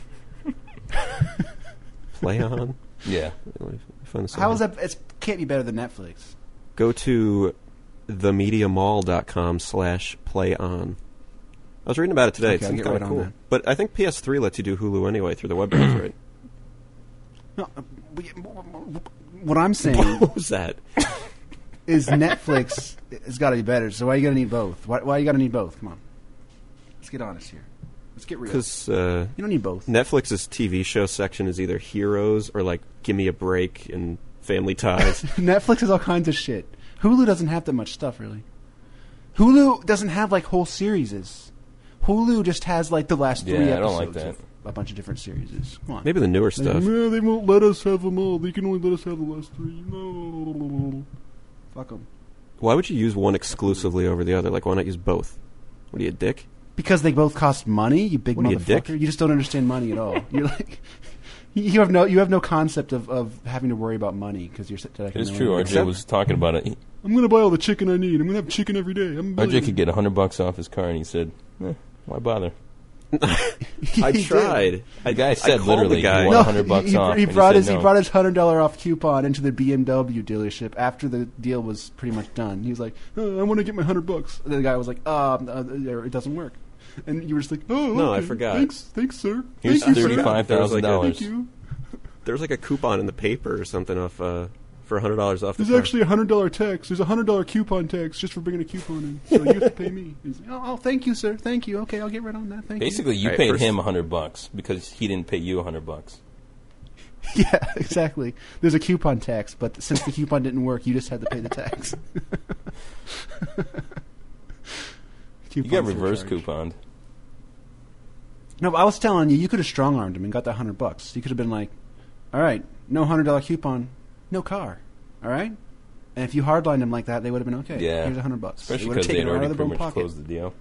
Speaker 3: Play On.
Speaker 5: Yeah.
Speaker 3: Let me find this
Speaker 4: How
Speaker 3: out.
Speaker 4: is that? It can't be better than Netflix.
Speaker 3: Go to themediamall.com slash play on. I was reading about it today.
Speaker 4: Okay,
Speaker 3: it
Speaker 4: I'll
Speaker 3: seems
Speaker 4: get
Speaker 3: kind
Speaker 4: right
Speaker 3: of
Speaker 4: on
Speaker 3: cool.
Speaker 4: that.
Speaker 3: But I think PS3 lets you do Hulu anyway through the web browser, right?
Speaker 4: No, uh, we- what I'm saying
Speaker 3: What was that?
Speaker 4: is Netflix has got to be better. So why you gonna need both? Why, why you gotta need both? Come on, let's get honest here. Let's get real. You
Speaker 3: Because uh,
Speaker 4: don't need both.
Speaker 3: Netflix's TV show section is either Heroes or like Give Me a Break and Family Ties.
Speaker 4: Netflix has all kinds of shit. Hulu doesn't have that much stuff, really. Hulu doesn't have like whole series. Hulu just has like the last three
Speaker 5: Yeah, I
Speaker 4: episodes
Speaker 5: don't like
Speaker 4: of a bunch of different series. Come on.
Speaker 3: Maybe the newer stuff.
Speaker 4: Well, they won't let us have them all. They can only let us have the last three. No. Fuck them.
Speaker 3: Why would you use one exclusively over the other? Like, why not use both? What are you, a dick?
Speaker 4: Because they both cost money, you big
Speaker 3: What are
Speaker 4: motherfucker.
Speaker 3: you, a dick?
Speaker 4: You just don't understand money at all. You're like, you have no, you have no concept of, of having to worry about money because you're such like. a
Speaker 5: It is true. RJ
Speaker 4: millionaire.
Speaker 5: was talking about it. He-
Speaker 4: I'm gonna buy all the chicken I need. I'm gonna have chicken every day. I'm
Speaker 5: RJ could get hundred bucks off his car, and he said, eh, "Why bother?"
Speaker 3: I tried.
Speaker 5: The guy said
Speaker 3: called
Speaker 5: literally,
Speaker 3: the guy.
Speaker 5: "You want
Speaker 3: No,
Speaker 5: a hundred bucks
Speaker 4: he,
Speaker 5: off?"
Speaker 4: He
Speaker 5: and
Speaker 4: brought
Speaker 5: he
Speaker 4: his
Speaker 5: said
Speaker 4: he
Speaker 5: no.
Speaker 4: brought his hundred dollar off coupon into the BMW dealership after the deal was pretty much done. He was like, "Uh, "I want to get my hundred bucks." And the guy was like, um, uh, there- it doesn't work." And you were just like, "Oh,
Speaker 3: No, I
Speaker 4: okay.
Speaker 3: forgot.
Speaker 4: Thanks, thanks, sir.
Speaker 5: Here's
Speaker 4: Thank you, sir.
Speaker 5: thirty-five thousand
Speaker 4: Thank
Speaker 5: dollars.
Speaker 4: you.
Speaker 3: There was like a coupon in the paper or something off uh, for hundred dollars off. The
Speaker 4: There's
Speaker 3: car.
Speaker 4: actually a hundred dollar tax. There's a hundred dollar coupon tax just for bringing a coupon in. So you have to pay me." He's like, oh, oh, thank you, sir. Thank you. Okay, I'll get right on that. Thank
Speaker 5: Basically, you
Speaker 3: Alright,
Speaker 5: paid
Speaker 3: first-
Speaker 5: him a hundred bucks because he didn't pay you a hundred bucks.
Speaker 4: you. Yeah, exactly. There's a coupon tax, but since the coupon didn't work, you just had to pay the tax.
Speaker 5: You got reverse
Speaker 4: coupon. surcharge.
Speaker 5: couponed.
Speaker 4: No, but I was telling you, you could have strong armed him and got that hundred bucks. You could have been like, "All right, no hundred dollar coupon, no car. All right." And if you hardlined him like that, they would have been okay.
Speaker 5: Yeah.
Speaker 4: here's a hundred bucks. They
Speaker 5: Especially
Speaker 4: would have
Speaker 5: because they
Speaker 4: taken it
Speaker 5: had
Speaker 4: right
Speaker 5: already
Speaker 4: out of their
Speaker 5: pretty
Speaker 4: own
Speaker 5: much
Speaker 4: pocket.
Speaker 5: closed the deal.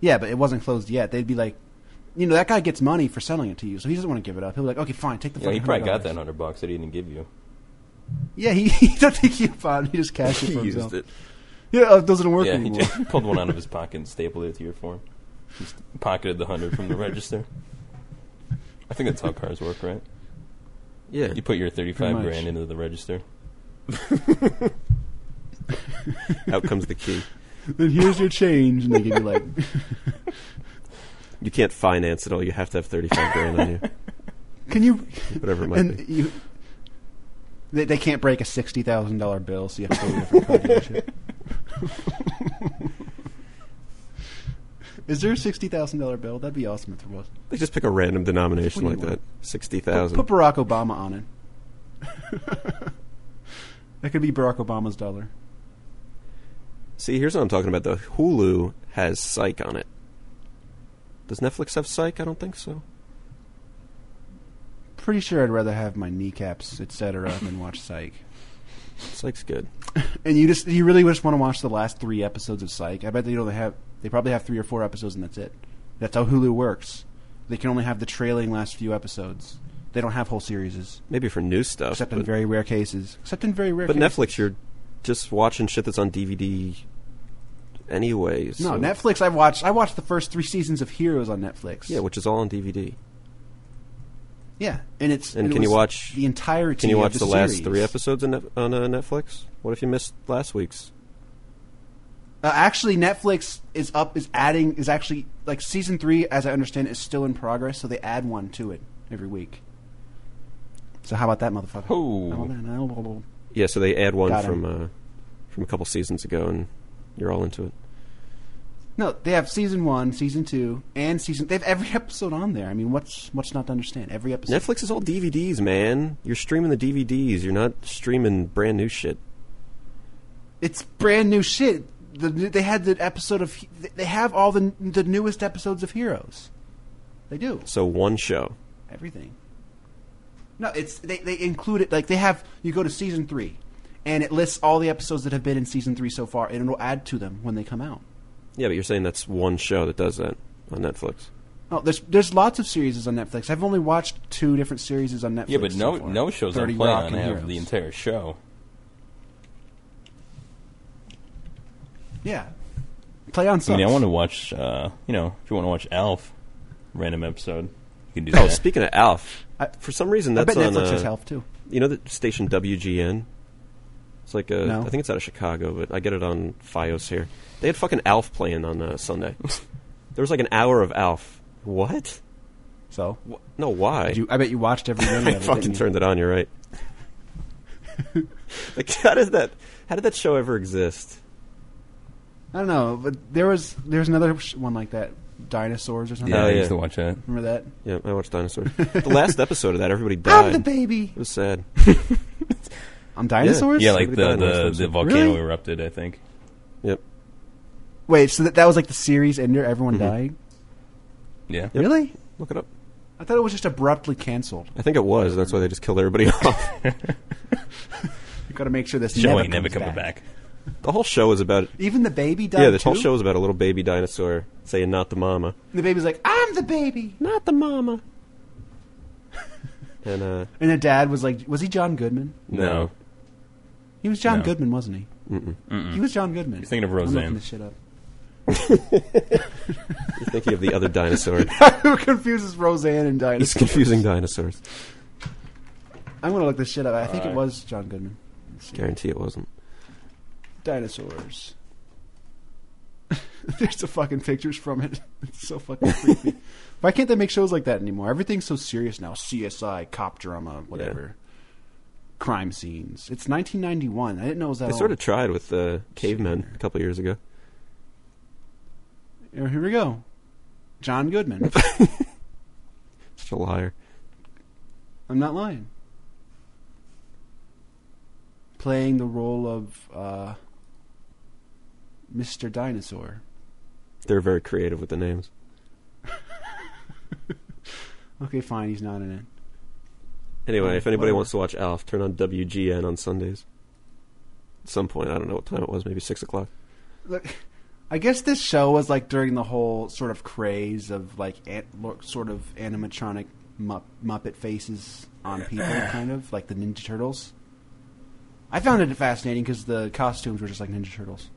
Speaker 4: Yeah, but it wasn't closed yet. They'd be like, you know, that guy gets money for selling it to you, so he doesn't want to give it up. He'll be like, okay, fine, take the.
Speaker 5: Yeah, he
Speaker 4: fucking
Speaker 5: probably got
Speaker 4: $100."
Speaker 5: that hundred bucks that he didn't give you.
Speaker 4: Yeah, he, he took the coupon. He just cashed it
Speaker 3: he
Speaker 4: for
Speaker 3: used
Speaker 4: himself.
Speaker 3: it.
Speaker 4: Yeah, oh, it doesn't work
Speaker 5: Yeah, he
Speaker 4: anymore.
Speaker 5: just pulled one out of his pocket and stapled it to your form. Just pocketed the hundred from the register. I think that's how cars work, right?
Speaker 3: Yeah,
Speaker 5: You put your thirty-five
Speaker 4: much.
Speaker 5: grand into the register.
Speaker 3: out comes the key.
Speaker 4: then here's your change, and they give you like,
Speaker 3: You can't finance it all. You have to have thirty-five grand on you,
Speaker 4: can you?
Speaker 3: whatever it might
Speaker 4: And
Speaker 3: be.
Speaker 4: you, they, they can't break a sixty thousand dollar bill, so you have to go to a different car dealership. Is there a sixty thousand dollar bill? That'd be awesome if there was.
Speaker 3: They just pick a random denomination
Speaker 4: What do
Speaker 3: like
Speaker 4: you
Speaker 3: that.
Speaker 4: want?
Speaker 3: Sixty
Speaker 4: Put,
Speaker 3: thousand.
Speaker 4: put Barack Obama on it. that could be Barack Obama's dollar.
Speaker 3: See, here's what I'm talking about. The Hulu has Psych on it. Does Netflix have Psych? I don't think so.
Speaker 4: Pretty sure I'd rather have my kneecaps, etc., than watch Psych.
Speaker 3: Psych's good.
Speaker 4: And you just you really just want to watch the last three episodes of Psych. I bet they don't have they probably have three or four episodes and that's it. That's how Hulu works. They can only have the trailing last few episodes. They don't have whole series,
Speaker 3: Maybe for new stuff.
Speaker 4: except in
Speaker 3: but
Speaker 4: very rare cases. Except in very rare
Speaker 3: but
Speaker 4: cases.
Speaker 3: Netflix, you're just watching shit that's on DVD anyways.
Speaker 4: No,
Speaker 3: so-
Speaker 4: Netflix I watched I watched the first three seasons of Heroes on Netflix.
Speaker 3: Yeah, which is all on DVD.
Speaker 4: Yeah, and it's
Speaker 3: And
Speaker 4: it
Speaker 3: can you
Speaker 4: was
Speaker 3: watch-
Speaker 4: the entirety?
Speaker 3: Can you
Speaker 4: of
Speaker 3: watch the, last
Speaker 4: series.
Speaker 3: three episodes on, Net- on uh, Netflix? What if you missed last week's?
Speaker 4: Uh, actually, Netflix is up is adding is actually like season three, as I understand, it, is still in progress. So they add one to it every week. So how about that, motherfucker?
Speaker 5: Ooh.
Speaker 4: Oh, man, I don't know.
Speaker 3: Yeah, so they add one
Speaker 4: Got 'em.
Speaker 3: from uh, from a couple seasons ago, and you're all into it.
Speaker 4: No, they have season one, season two, and season. They have every episode on there. I mean, what's what's not to understand? Every episode.
Speaker 3: Netflix is all DVDs, man. You're streaming the DVDs. You're not streaming brand new shit.
Speaker 4: It's brand new shit. The, new- they had the episode of. They have all the the newest episodes of Heroes. They do.
Speaker 3: So one show.
Speaker 4: everything. No, it's they they include it like they have you go to season three, and it lists all the episodes that have been in season three so far, and it'll add to them when they come out.
Speaker 3: Yeah, but you're saying that's one show that does that on Netflix.
Speaker 4: Oh, there's there's lots of series on Netflix. I've only watched two different series on Netflix.
Speaker 5: Yeah, but no
Speaker 4: so far.
Speaker 5: no shows on
Speaker 4: 30
Speaker 5: Play
Speaker 4: Rock
Speaker 5: on
Speaker 4: and
Speaker 5: have
Speaker 4: Heroes.
Speaker 5: the entire show.
Speaker 4: yeah. Play on. Sucks.
Speaker 5: I mean, I want to watch. Uh, you know, if you want to watch Alf, random episode, you can do
Speaker 3: Oh,
Speaker 5: that.
Speaker 3: speaking of Alf,
Speaker 4: I-
Speaker 3: for some reason
Speaker 4: I
Speaker 3: that's
Speaker 4: bet
Speaker 3: on.
Speaker 4: Netflix
Speaker 3: uh,
Speaker 4: has Health too.
Speaker 3: You know the station WGN. It's like a, I
Speaker 4: No.
Speaker 3: think it's out of Chicago, but I get it on FiOS here. They had fucking Alf playing on uh, Sunday. there was like an hour of Alf. What?
Speaker 4: So
Speaker 3: Wh- No, why?
Speaker 4: you, I bet you watched every one of
Speaker 3: I
Speaker 4: it. didn't
Speaker 3: fucking
Speaker 4: you?
Speaker 3: turned it on. You're right. like how did that? How did that show ever exist?
Speaker 4: I don't know, but there was there was another sh- one like that, dinosaurs or something.
Speaker 5: yeah,
Speaker 3: Oh,
Speaker 5: I
Speaker 3: yeah.
Speaker 5: used to watch that.
Speaker 4: Remember that?
Speaker 3: Yeah, I watched Dinosaurs. the last episode of that, everybody
Speaker 4: I'm
Speaker 3: died.
Speaker 4: the baby.
Speaker 3: it was sad.
Speaker 4: I'm dinosaurs.
Speaker 5: Yeah, like the
Speaker 3: Somebody died last
Speaker 5: the, the
Speaker 3: episode.
Speaker 5: volcano
Speaker 4: Really?
Speaker 5: erupted. I think.
Speaker 3: Yep.
Speaker 4: Wait, so that, that was like the series ender, everyone dying?
Speaker 5: Yeah.
Speaker 3: Yep.
Speaker 4: Really?
Speaker 3: Look it up.
Speaker 4: I thought it was just abruptly canceled.
Speaker 3: I think it was. That's why they just killed everybody off.
Speaker 4: You got to make sure this
Speaker 5: Show
Speaker 4: never,
Speaker 5: ain't never
Speaker 4: comes
Speaker 5: coming
Speaker 4: back.
Speaker 5: back.
Speaker 3: the whole show is about.
Speaker 4: Even the baby died.
Speaker 3: Yeah, this whole
Speaker 4: too?
Speaker 3: show is about a little baby dinosaur saying, "Not the mama."
Speaker 4: The baby's like, "I'm the baby,"
Speaker 3: Not the mama. and uh
Speaker 4: and the dad was like, "Was he John Goodman?
Speaker 3: no.
Speaker 4: He was John
Speaker 5: No.
Speaker 4: Goodman, wasn't he? Mm-mm. He was John Goodman." You're
Speaker 5: thinking of
Speaker 4: I'm
Speaker 5: Roseanne.
Speaker 4: looking this shit up.
Speaker 3: You're thinking of the other dinosaur.
Speaker 4: Who confuses Roseanne and
Speaker 3: He's
Speaker 4: dinosaurs?
Speaker 3: confusing dinosaurs.
Speaker 4: I'm gonna look this shit up. I think it
Speaker 5: Alright.
Speaker 4: was John Goodman. Let's see.
Speaker 3: Guarantee it wasn't.
Speaker 4: Dinosaurs. There's the fucking pictures from it. It's so fucking creepy. Why can't they make shows like that anymore? Everything's so serious now. CSI, cop drama, whatever. Crime scenes. It's 1991. I didn't know it was that
Speaker 3: They
Speaker 4: old.
Speaker 3: sort of tried with uh, cavemen a couple years ago.
Speaker 4: Here here we go. John Goodman.
Speaker 3: Such a liar.
Speaker 4: I'm not lying. Playing the role of uh, Mr. Dinosaur.
Speaker 3: They're very creative with the names.
Speaker 4: Okay, fine. He's not in it.
Speaker 3: Anyway, if anybody
Speaker 4: Whatever.
Speaker 3: wants to watch Alf, turn on WGN on Sundays. At some point, I don't know what time it was, maybe six o'clock.
Speaker 4: Look, I guess this show was like during the whole sort of craze of like an, lo- sort of animatronic mu- Muppet faces on people, kind of like the Ninja Turtles. I found it fascinating because the costumes were just like Ninja Turtles.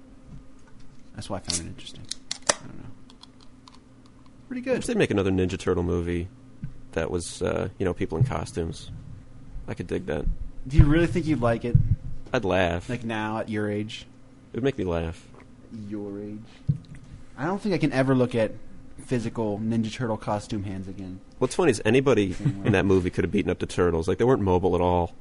Speaker 4: That's why I found it interesting. I don't know. Pretty
Speaker 3: If they
Speaker 4: good.
Speaker 3: make another Ninja Turtle movie that was, uh, you know, people in costumes, I could dig that.
Speaker 4: Do you really think you'd like it?
Speaker 3: I'd laugh.
Speaker 4: Like now at your age?
Speaker 3: it would make me laugh.
Speaker 4: Your age? I don't think I can ever look at physical Ninja Turtle costume hands again.
Speaker 3: What's funny is anybody in that movie could have beaten up the turtles. Like they weren't mobile at all.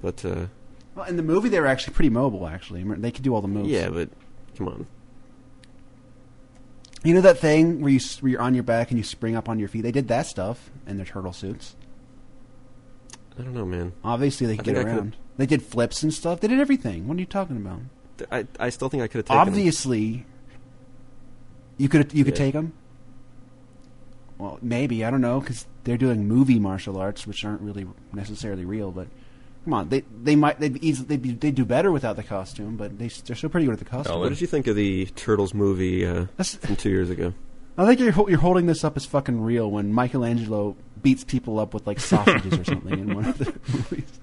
Speaker 3: But uh,
Speaker 4: Well, in the movie, they were actually pretty mobile. Actually, they could do all the moves.
Speaker 3: yeah, but come on.
Speaker 4: you know that thing where you s- where you're on your back and you spring up on your feet. They did that stuff in their turtle suits.
Speaker 3: I don't know, man.
Speaker 4: Obviously, they
Speaker 3: I
Speaker 4: could
Speaker 3: think
Speaker 4: get
Speaker 3: I could-
Speaker 4: around. They did flips and stuff. They did everything. What are you talking about?
Speaker 3: Th- I I still think I could have taken. them.
Speaker 4: Obviously, you could you could
Speaker 3: Yeah.
Speaker 4: take 'em. take them. Well, maybe I don't know because they're doing movie martial arts, which aren't really necessarily real. But come on, they they might they'd easily they'd, be, they'd do better without the costume, but they s- they're still pretty good at the costume.
Speaker 5: Oh,
Speaker 3: What did you think of the turtles movie uh,
Speaker 4: That's-
Speaker 3: from two years ago?
Speaker 4: I think you're, hol- you're holding this up as fucking real when Michelangelo beats people up with like sausages or something in one of the movies.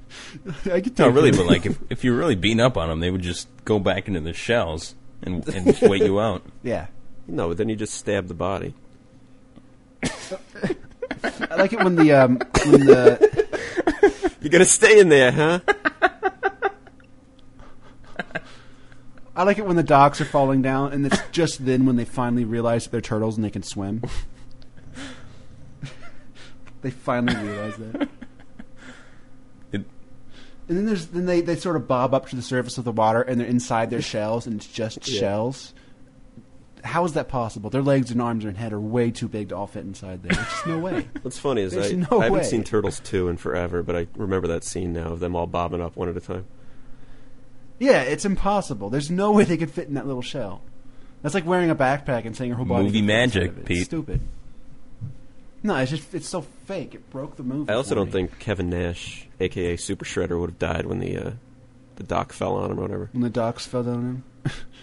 Speaker 4: I could
Speaker 5: No,
Speaker 4: take
Speaker 5: really,
Speaker 4: it.
Speaker 5: but like if, if you're really beating up on them, they would just go back into their shells and, and just wait you out.
Speaker 4: yeah.
Speaker 3: No, then you just stab the body.
Speaker 4: I like it when the um, when the
Speaker 3: You're gonna stay in there, huh?
Speaker 4: I like it when the docks are falling down, and it's just then when they finally realize that they're turtles and they can swim. they finally realize that.
Speaker 5: It-
Speaker 4: And then there's then they, they sort of bob up to the surface of the water and they're inside their shells and it's just shells. How is that possible? Their legs and arms and head are way too big to all fit inside there. There's just no way.
Speaker 3: What's funny is
Speaker 4: There's
Speaker 3: I,
Speaker 4: no
Speaker 3: I haven't
Speaker 4: way.
Speaker 3: seen Turtles 2 in forever, but I remember that scene now of them all bobbing up one at a time.
Speaker 4: yeah, it's impossible. There's no way they could fit in that little shell. That's like wearing a backpack and saying your whole body.
Speaker 5: Movie
Speaker 4: fits inside
Speaker 5: magic,
Speaker 4: of it.
Speaker 5: Pete.
Speaker 4: It's stupid. No, it's just it's so fake. It broke the movie.
Speaker 3: I also
Speaker 4: for
Speaker 3: don't
Speaker 4: me.
Speaker 3: think Kevin Nash, aka Super Shredder, would have died when the uh, the dock fell on him or whatever.
Speaker 4: when the docks fell down on him.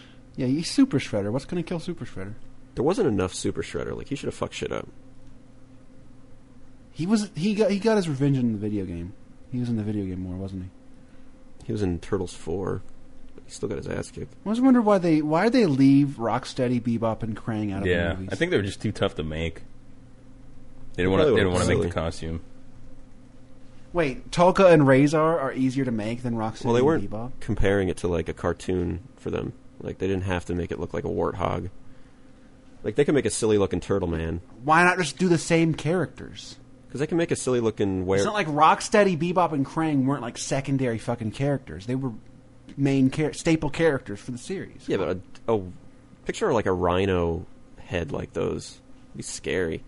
Speaker 4: yeah, he's Super Shredder. What's gonna kill Super Shredder?
Speaker 3: There wasn't enough Super Shredder. Like he should have fucked shit up.
Speaker 4: He was he got he got his revenge in the video game. He was in the video game more, wasn't he?
Speaker 3: He was in Turtles 4. He still got his ass kicked.
Speaker 4: I always wonder why they why they leave Rocksteady, Bebop, and Krang out of the
Speaker 5: Yeah,
Speaker 4: movies.
Speaker 5: I think they were just too tough to make. They didn't
Speaker 3: Probably
Speaker 5: want to. They didn't
Speaker 3: would've
Speaker 5: want to
Speaker 3: been
Speaker 5: make the
Speaker 3: silly.
Speaker 5: costume.
Speaker 4: Wait, Tolka and Razor are easier to make than Rocksteady
Speaker 3: Well, they
Speaker 4: and
Speaker 3: weren't
Speaker 4: Bebop.
Speaker 3: comparing it to like a cartoon for them. Like they didn't have to make it look like a warthog. Like they could make a silly looking turtle man
Speaker 4: Why not just do the same characters?
Speaker 3: because they can make a silly looking were.
Speaker 4: It's not like Rocksteady, Bebop, and Krang weren't like secondary fucking characters. They were main char- staple characters for the series.
Speaker 3: yeah, but a, a picture like a rhino head like those. It'd be scary.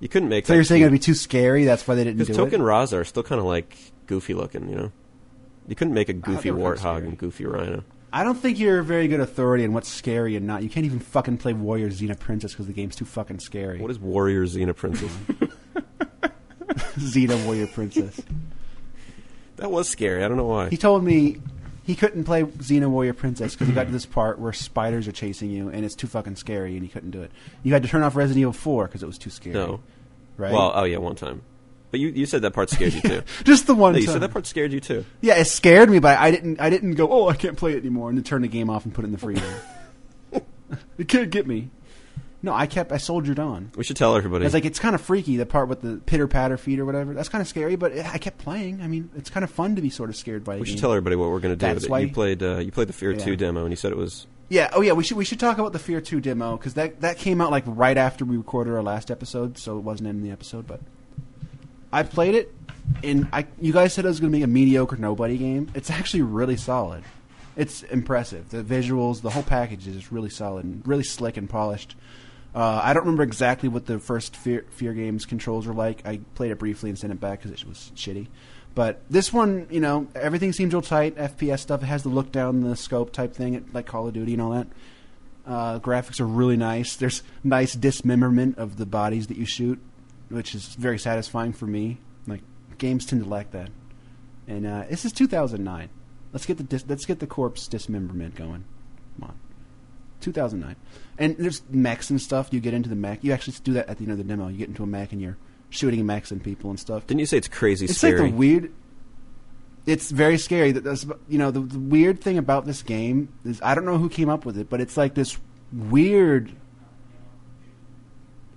Speaker 3: you couldn't make.
Speaker 4: So
Speaker 3: that
Speaker 4: you're saying
Speaker 3: cute.
Speaker 4: it'd be too scary? That's why they didn't do
Speaker 3: Because Token
Speaker 4: it.
Speaker 3: Raza are still kind of like goofy looking, you know. You couldn't make a goofy
Speaker 4: Oh, they were kinda
Speaker 3: warthog
Speaker 4: scary.
Speaker 3: and goofy rhino.
Speaker 4: I don't think you're a very good authority on what's scary and not. You can't even fucking play Warrior Xena Princess because the game's too fucking scary.
Speaker 3: What is Warrior Xena Princess?
Speaker 4: Xena Warrior Princess?
Speaker 3: that was scary. I don't know why.
Speaker 4: he told me he couldn't play Xena Warrior Princess because he got to this part where spiders are chasing you and it's too fucking scary and he couldn't do it. You had to turn off Resident Evil 4 because it was too scary.
Speaker 3: no.
Speaker 4: Right?
Speaker 3: Well, oh yeah, one time. But you, you said that part scared you too.
Speaker 4: just the one
Speaker 3: No, you
Speaker 4: time.
Speaker 3: said that part scared you too.
Speaker 4: Yeah, it scared me, but I didn't. I didn't go. Oh, I can't play it anymore, and then turn the game off and put it in the freezer. it can't get me. No, I kept. I soldiered on.
Speaker 3: We should tell everybody.
Speaker 4: It's like it's kind of freaky the part with the pitter patter feet or whatever. That's kind of scary, but I kept playing. I mean, it's kind of fun to be sort of scared by. a
Speaker 3: we should
Speaker 4: game.
Speaker 3: tell everybody what we're going to do.
Speaker 4: That's
Speaker 3: That
Speaker 4: why-
Speaker 3: you played uh, you played the Fear
Speaker 4: Yeah.
Speaker 3: Two demo, and you said it was
Speaker 4: Yeah. Oh, yeah. We should we should talk about the Fear Two demo because that that came out like right after we recorded our last episode, so it wasn't in the episode. But I played it, and I you guys said it was going to be a mediocre nobody game. It's actually really solid. It's impressive. The visuals, the whole package is really solid and really slick and polished. Uh, I don't remember exactly what the first Fear, Fear games controls were like. I played it briefly and sent it back because it was shitty. But this one, you know, everything seems real tight. FPS stuff. It has the look down the scope type thing, it- like Call of Duty and all that. Uh, graphics are really nice. There's nice dismemberment of the bodies that you shoot, which is very satisfying for me. Like games tend to lack that. And uh, this is 2009. Let's get the dis- let's get the corpse dismemberment going. Come on, 2009. And there's mechs and stuff. You get into the mech. You actually do that at the end of the demo. You get into a mech and you're shooting mechs and people and stuff
Speaker 3: didn't you say it's crazy
Speaker 4: it's
Speaker 3: scary?
Speaker 4: like the weird it's very scary that that's you know the, the weird thing about this game is i don't know who came up with it but it's like this weird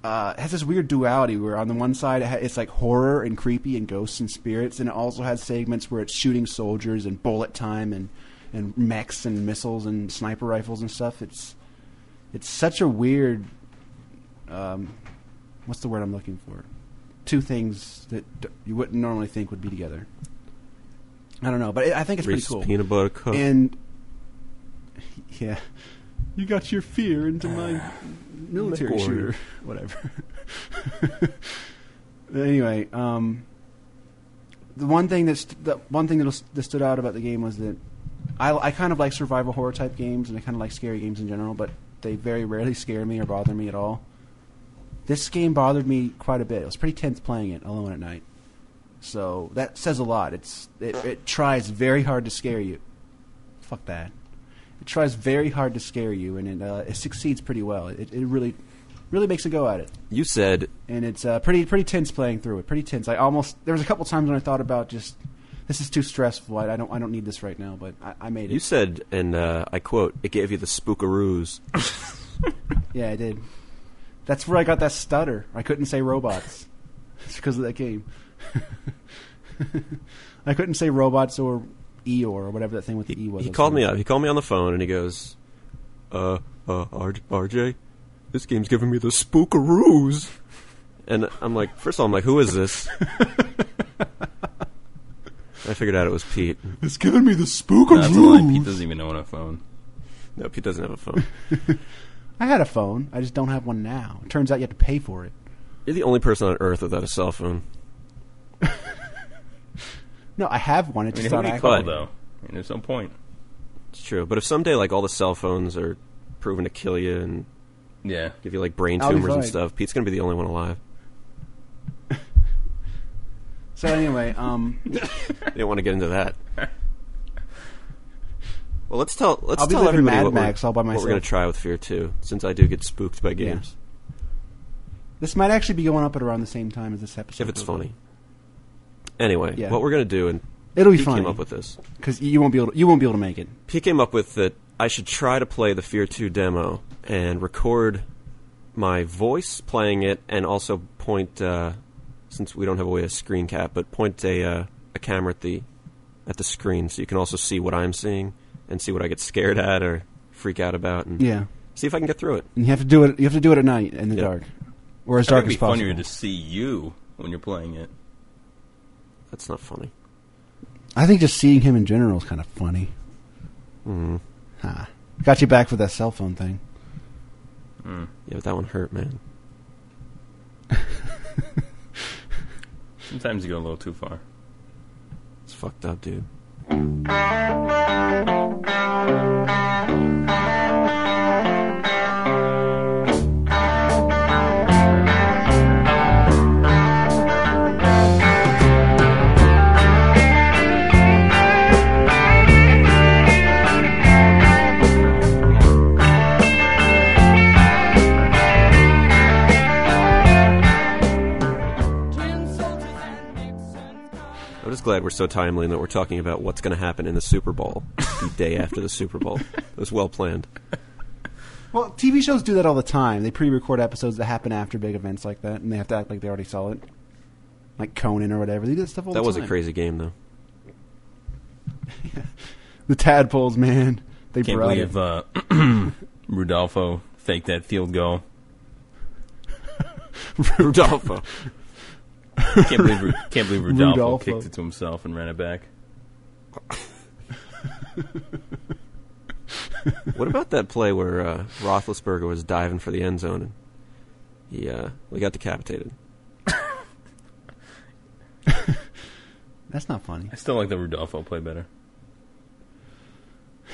Speaker 4: uh, it has this weird duality where on the one side it ha- it's like horror and creepy and ghosts and spirits and it also has segments where it's shooting soldiers and bullet time and and mechs and missiles and sniper rifles and stuff it's it's such a weird um, what's the word i'm looking for two things that d- you wouldn't normally think would be together. I don't know, but I I think it's
Speaker 3: Reese's
Speaker 4: pretty cool.
Speaker 3: peanut butter cup.
Speaker 4: And yeah, you got your fear into my military
Speaker 3: MechWarrior.
Speaker 4: shooter, whatever. anyway, um, the one thing that's the one thing that, was, that stood out about the game was that I, I kind of like survival horror type games, and I kind of like scary games in general, but they very rarely scare me or bother me at all. This game bothered me quite a bit. It was pretty tense playing it alone at night. So that says a lot. It's it, it tries very hard to scare you. Fuck that. It tries very hard to scare you, and it uh, it succeeds pretty well. It it really really makes a go at it,
Speaker 3: you said
Speaker 4: and it's uh, pretty pretty tense playing through it. Pretty tense. I almost there was a couple times when I thought about just this is too stressful. I, I don't I don't need this right now, but I, I made it.
Speaker 3: you said, and uh, I quote, it gave you the spookaroos.
Speaker 4: Yeah, I did. That's where I got that stutter. I couldn't say robots. it's because of that game. I couldn't say robots or Eeyore or whatever that thing with the E was.
Speaker 3: He called me up. He called me on the phone and he goes, "Uh, uh, R- RJ, this game's giving me the spookaroos." And I'm like, first of all, I'm like, who is this? I figured out it was Pete.
Speaker 4: It's giving me the
Speaker 5: No, that's a lie. Pete
Speaker 4: spookaroos.
Speaker 5: doesn't even own a phone.
Speaker 3: No, Pete doesn't have a phone.
Speaker 4: I had a phone. I just don't have one now. Turns out you have to pay for it.
Speaker 3: You're the only person on earth without a cell phone.
Speaker 4: No, I have one. It
Speaker 5: I mean,
Speaker 4: just
Speaker 5: who
Speaker 4: not
Speaker 5: do you
Speaker 4: active.
Speaker 5: call though? I mean, there's no point.
Speaker 3: It's true. But if someday, like, all the cell phones are proven to kill you and
Speaker 5: Yeah,
Speaker 3: give you like brain
Speaker 4: I'll be
Speaker 3: tumors and
Speaker 4: fine.
Speaker 3: stuff, Pete's gonna be the only one alive.
Speaker 4: So anyway, um,
Speaker 3: I didn't want to get into that. Well, let's tell let's
Speaker 4: I'll be
Speaker 3: tell
Speaker 4: living
Speaker 3: everybody
Speaker 4: Mad
Speaker 3: what,
Speaker 4: Max
Speaker 3: we're,
Speaker 4: all by
Speaker 3: what we're going
Speaker 4: myself.
Speaker 3: to try with Fear Two, since I do get spooked by games.
Speaker 4: this might actually be going up at around the same time as this episode.
Speaker 3: If it's funny. Anyway,
Speaker 4: Yeah.
Speaker 3: what we're going to do, and
Speaker 4: it'll be
Speaker 3: Pete
Speaker 4: funny
Speaker 3: came up with this.
Speaker 4: because you won't be able to, you won't be able to make it.
Speaker 3: Pete came up with that I should try to play the Fear Two demo and record my voice playing it, and also point uh, since we don't have a way to screen cap, but point a uh, a camera at the at the screen so you can also see what I'm seeing and see what I get scared at or freak out about, and
Speaker 4: Yeah,
Speaker 3: see if I can get through it.
Speaker 4: and you have to do it. You have to do it at night in the
Speaker 3: Yeah.
Speaker 4: dark, or as
Speaker 5: It'd
Speaker 4: dark
Speaker 5: be
Speaker 4: as possible.
Speaker 5: funnier to see you when you're playing it.
Speaker 3: That's not funny.
Speaker 4: I think just seeing him in general is kind of funny.
Speaker 3: Mm.
Speaker 4: Huh. Got you back for that cell phone thing.
Speaker 3: Yeah, but that one hurt, man.
Speaker 5: Sometimes you go a little too far.
Speaker 3: It's fucked up, dude. I'm just glad we're so timely and that we're talking about what's going to happen in the Super Bowl the day after the Super Bowl. It was well planned.
Speaker 4: Well, TV shows do that all the time. They pre-record episodes that happen after big events like that, and they have to act like they already saw it, like Conan or whatever. They do that stuff all
Speaker 3: that
Speaker 4: the time.
Speaker 3: was a crazy game, though.
Speaker 4: The tadpoles, man. They
Speaker 5: Can't
Speaker 4: brought
Speaker 5: believe
Speaker 4: it.
Speaker 5: uh, Rudolfo faked that field goal.
Speaker 3: Rodolfo.
Speaker 5: Can't believe Ru- can't believe Rudolfo,
Speaker 4: Rudolfo.
Speaker 5: kicked it to himself and ran it back.
Speaker 3: What about that play where uh, Roethlisberger was diving for the end zone and he uh, we got decapitated?
Speaker 4: That's not funny.
Speaker 5: I still like the Rudolfo play better.
Speaker 4: So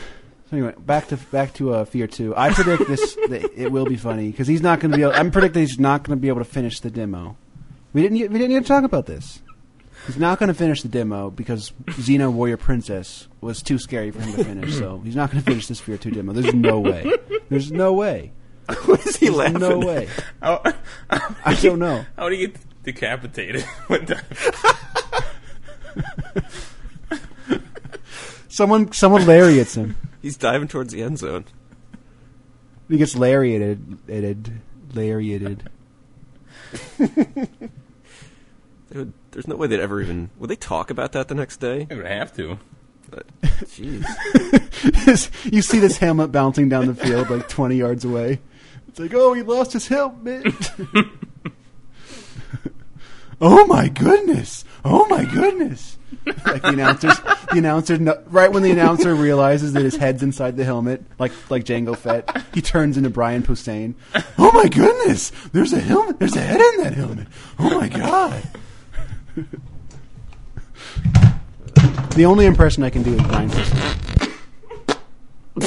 Speaker 4: anyway, back to back to uh, Fear Two. I predict this that it will be funny because he's not going to be. Able, I'm predicting he's not going to be able to finish the demo. We didn't. get- We didn't even talk about this. He's not going to finish the demo because Xena Warrior Princess was too scary for him to finish. So he's not going to finish this Fear Two demo. There's no way. There's no way.
Speaker 3: what is he laughing
Speaker 4: No
Speaker 3: at? Oh,
Speaker 4: way.
Speaker 5: How,
Speaker 4: I don't know.
Speaker 5: how do you get decapitated? What the-
Speaker 4: Someone someone lariats him.
Speaker 3: He's diving towards the end zone.
Speaker 4: He gets lariated. Ited, lariated.
Speaker 3: They would, there's no way they'd ever even. Would they talk about that the next day?
Speaker 5: I would have to.
Speaker 3: But, Jeez.
Speaker 4: you see this helmet bouncing down the field like 20 yards away. It's like, oh, he lost his helmet. oh my goodness! Oh my goodness! like the announcers, the announcer, no, right when the announcer realizes that his head's inside the helmet, like like Django Fett, he turns into Brian Posehn. Oh my goodness! There's a helmet. There's a head in that helmet. Oh my god! the only impression I can do is Brian Posehn.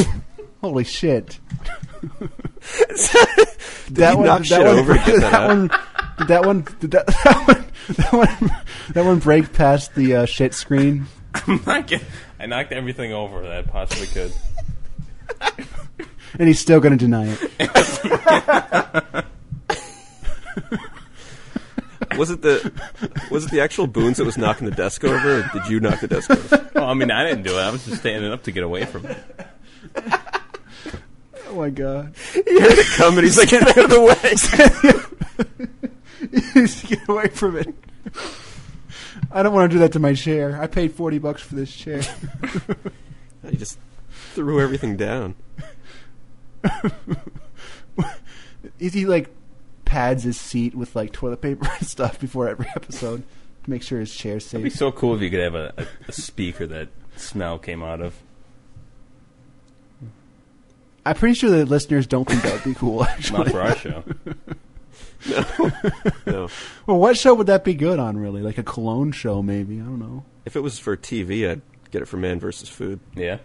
Speaker 4: Holy shit! that
Speaker 3: you knock shit over to get that out?
Speaker 4: one. Did that one? Did that, that one? That one? That one break past the uh, shit screen?
Speaker 5: I'm not get- I knocked everything over that I possibly could.
Speaker 4: and he's still going to deny it.
Speaker 3: Was it the was it the actual Boons that was knocking the desk over, or did you knock the desk over?
Speaker 5: Well, I mean, I didn't do it. I was just standing up to get away from it.
Speaker 4: Oh my god!
Speaker 3: He heard it coming. He's like, get out of the way.
Speaker 4: Get away from it! I don't want to do that to my chair. I paid forty bucks for this chair.
Speaker 3: he just threw everything down.
Speaker 4: Is he like pads his seat with like toilet paper and stuff before every episode to make sure his chair's safe?
Speaker 5: It'd be so cool if you could have a, a, a speaker that smell came out of.
Speaker 4: I'm pretty sure the listeners don't think that would be cool.
Speaker 5: Not
Speaker 4: Actually,
Speaker 5: for our show.
Speaker 3: No.
Speaker 4: well, what show would that be good on? Really, like a cologne show, maybe? I don't know.
Speaker 3: If it was for TV, I'd get it for Man versus Food.
Speaker 5: Yeah.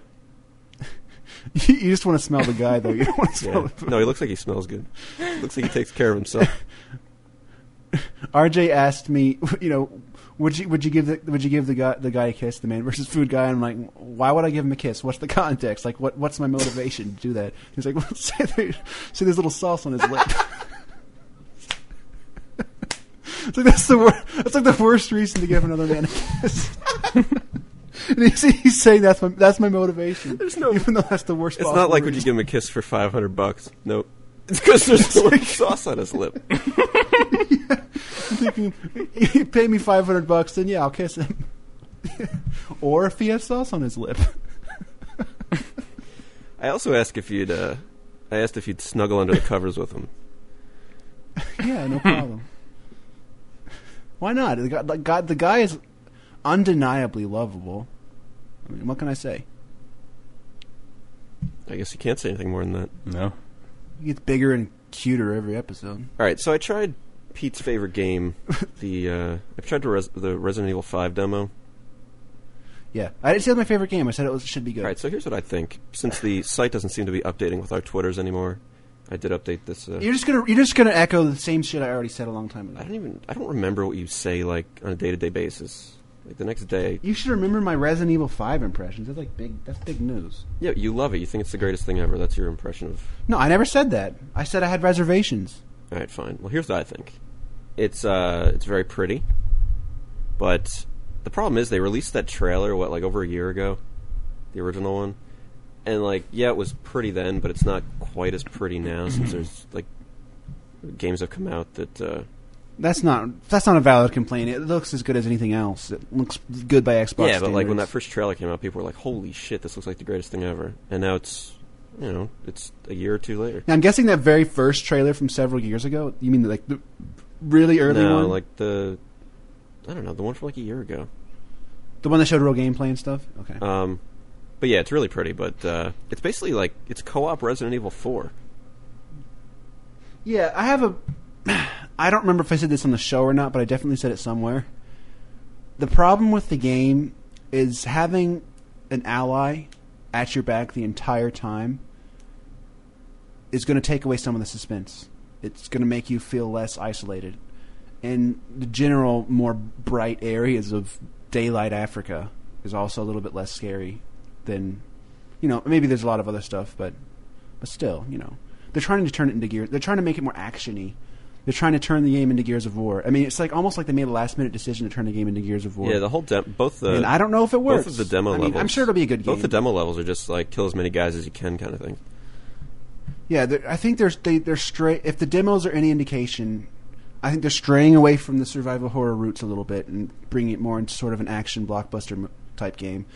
Speaker 4: you just want to smell the guy, though. You don't want to smell.
Speaker 3: Yeah. No, he looks like he smells good. Looks like he takes care of himself.
Speaker 4: RJ asked me, you know, would you would you give the would you give the guy the guy a kiss, the man versus food guy? I'm like, why would I give him a kiss? What's the context? Like, what what's my motivation to do that? He's like, well, say there, see there's little sauce on his lip. it's like that's the wor- that's like the worst reason to give another man a kiss. and he's, he's saying that's my that's my motivation. There's no, even though that's the worst.
Speaker 3: It's not like would
Speaker 4: possible
Speaker 3: you
Speaker 4: reason.
Speaker 3: give him a kiss for five hundred bucks? Nope. It's because there's no sauce on his lip.
Speaker 4: thinking, you pay me 500 bucks, then yeah, I'll kiss him. or if he has sauce on his lip.
Speaker 3: I also asked if you'd. Uh, I asked if you'd snuggle under the covers with him.
Speaker 4: yeah, no problem. Why not? The guy, the guy, the guy is undeniably lovable. I mean, what can I say?
Speaker 3: I guess you can't say anything more than that.
Speaker 5: No.
Speaker 4: He gets bigger and cuter every episode.
Speaker 3: All right, so I tried Pete's favorite game. The uh, I tried the, Res- the Resident Evil Five demo.
Speaker 4: Yeah, I didn't say it was my favorite game. I said it was, should be good.
Speaker 3: All right, so here's what I think. Since the site doesn't seem to be updating with our Twitters anymore, I did update this. Uh,
Speaker 4: You're just gonna you're just gonna echo the same shit I already said a long time
Speaker 3: I
Speaker 4: ago.
Speaker 3: don't even. I don't remember what you say like on a day to day basis. Like the next day,
Speaker 4: You should remember my Resident Evil Five impressions. That's like big. That's big news.
Speaker 3: yeah, you love it. You think it's the greatest thing ever. That's your impression of
Speaker 4: No, I never said that. I said I had reservations.
Speaker 3: All right, fine. Well, here's what I think. It's uh, it's very pretty, but the problem is they released that trailer what like over a year ago, the original one, and like yeah, it was pretty then, but it's not quite as pretty now since there's like games have come out that uh,
Speaker 4: That's not that's not a valid complaint. It looks as good as anything else. It looks good by Xbox.
Speaker 3: yeah, but like when that
Speaker 4: standards.
Speaker 3: first trailer came out, people were like, "Holy shit, this looks like the greatest thing ever," and now it's you know it's a year or two later.
Speaker 4: now, I'm guessing that very first trailer from several years ago. You mean like the really early
Speaker 3: no,
Speaker 4: one,
Speaker 3: like the I don't know the one from like a year ago.
Speaker 4: the one that showed real gameplay and stuff. Okay,
Speaker 3: Um, but yeah, it's really pretty. But uh, it's basically like it's co-op Resident Evil Four.
Speaker 4: yeah, I have a. I don't remember if I said this on the show or not, but I definitely said it somewhere. The problem with the game is having an ally at your back the entire time is going to take away some of the suspense. It's going to make you feel less isolated. And the general, more bright areas of daylight Africa is also a little bit less scary than, you know, maybe there's a lot of other stuff, but, but still, you know, they're trying to turn it into gear. They're trying to make it more actiony. They're trying to turn the game into Gears of War. I mean, it's like almost like they made a last minute decision to turn the game into Gears of War.
Speaker 3: Yeah, the whole de- both the
Speaker 4: and I don't know if it works.
Speaker 3: both of the demo
Speaker 4: I mean,
Speaker 3: levels.
Speaker 4: I'm sure it'll be a good game.
Speaker 3: Both the demo levels are just like kill as many guys as you can kind of thing.
Speaker 4: Yeah, they're- I think they're they, they're stray. If the demos are any indication, I think they're straying away from the survival horror roots a little bit and bringing it more into sort of an action blockbuster m- type game.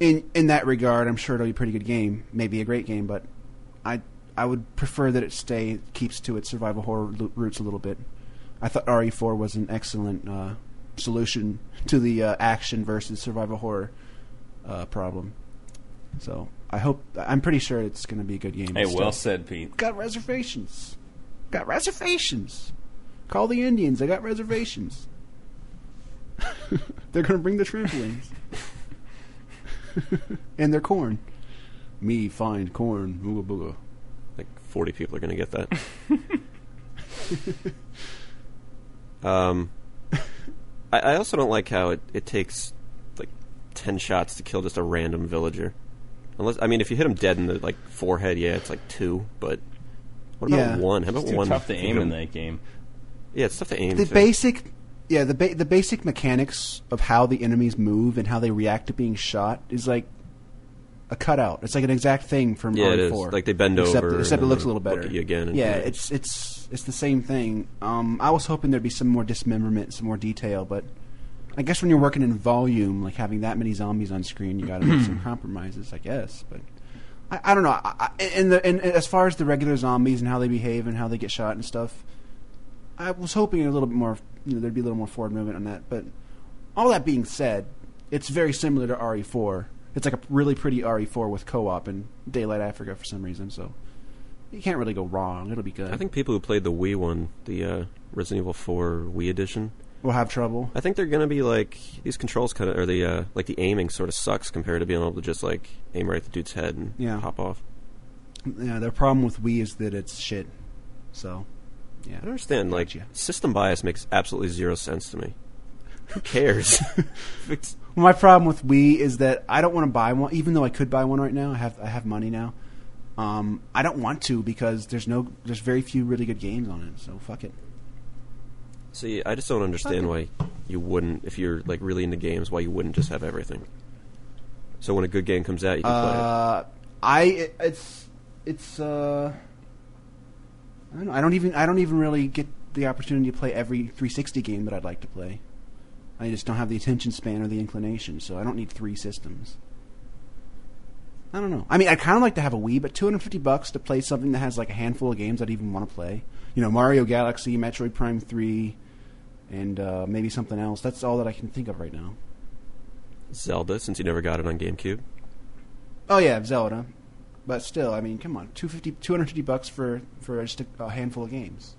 Speaker 4: In in that regard, I'm sure it'll be a pretty good game, maybe a great game, but I I would prefer that it stay keeps to its survival horror lo- roots a little bit. I thought RE4 was an excellent uh, solution to the uh, action versus survival horror uh, problem. So I hope I'm pretty sure it's going to be a good game.
Speaker 5: Hey,
Speaker 4: still
Speaker 5: well said, Pete.
Speaker 4: got reservations. Got reservations. Call the Indians. I got reservations. They're going to bring the trampolines and their corn. Me find corn. Ooga booga.
Speaker 3: Like forty people are going to get that. um, I, I also don't like how it, it takes like ten shots to kill just a random villager. Unless I mean, if you hit him dead in the like forehead, yeah, it's like two. But what about
Speaker 4: Yeah.
Speaker 3: one? How about
Speaker 5: It's too
Speaker 3: one?
Speaker 5: tough to
Speaker 3: hit
Speaker 5: aim
Speaker 3: him?
Speaker 5: in that game.
Speaker 3: Yeah, it's tough to aim.
Speaker 4: The
Speaker 3: too.
Speaker 4: basic, yeah, the ba- the basic mechanics of how the enemies move and how they react to being shot is like a cutout. It's like an exact thing from
Speaker 3: Yeah, it is.
Speaker 4: RE4.
Speaker 3: Like, they bend
Speaker 4: except,
Speaker 3: over
Speaker 4: except it
Speaker 3: and
Speaker 4: looks a little
Speaker 3: look
Speaker 4: better.
Speaker 3: at you again and-
Speaker 4: yeah,
Speaker 3: yeah.
Speaker 4: it's it's it's the same thing. Um, I was hoping there'd be some more dismemberment, some more detail, but I guess when you're working in volume, like having that many zombies on screen, you got to make some compromises, I guess. But I, I don't know. I, I, and, the, and and as far as the regular zombies and how they behave and how they get shot and stuff, I was hoping a little bit more. You know, there'd be a little more forward movement on that. But all that being said, it's very similar to RE4. It's like a really pretty RE4 with co-op and Daylight Africa for some reason. So you can't really go wrong. It'll be good.
Speaker 3: I think people who played the Wii one, the uh, Resident Evil 4 Wii edition,
Speaker 4: we'll have trouble.
Speaker 3: I think they're gonna be like these controls kind of, or the uh, like the aiming sort of sucks compared to being able to just like aim right at the dude's head and
Speaker 4: Yeah.
Speaker 3: hop off.
Speaker 4: Yeah, their problem with Wii is that it's shit. So yeah,
Speaker 3: I don't understand. Like
Speaker 4: Gotcha.
Speaker 3: system bias makes absolutely zero sense to me. Who cares? If it's-
Speaker 4: My problem with Wii is that I don't want to buy one, even though I could buy one right now. I have I have money now. Um, I don't want to because there's no there's very few really good games on it. So fuck it.
Speaker 3: See, I just don't understand why you wouldn't, if you're like really into games, why you wouldn't just have everything. So when a good game comes out, you can play
Speaker 4: Uh, I it, it's it's uh, I don't know. I don't even I don't even really get the opportunity to play every 360 game that I'd like to play. I just don't have the attention span or the inclination, so I don't need three systems. I don't know. I mean, I kind of like to have a Wii, but 250 bucks to play something that has like a handful of games I'd even want to play. You know, Mario Galaxy, Metroid Prime 3, and uh, maybe something else. That's all that I can think of right now.
Speaker 3: Zelda since you never got it on GameCube.
Speaker 4: Oh yeah, Zelda. But still, I mean, come on, 250, 250 bucks for for just a, a handful of games.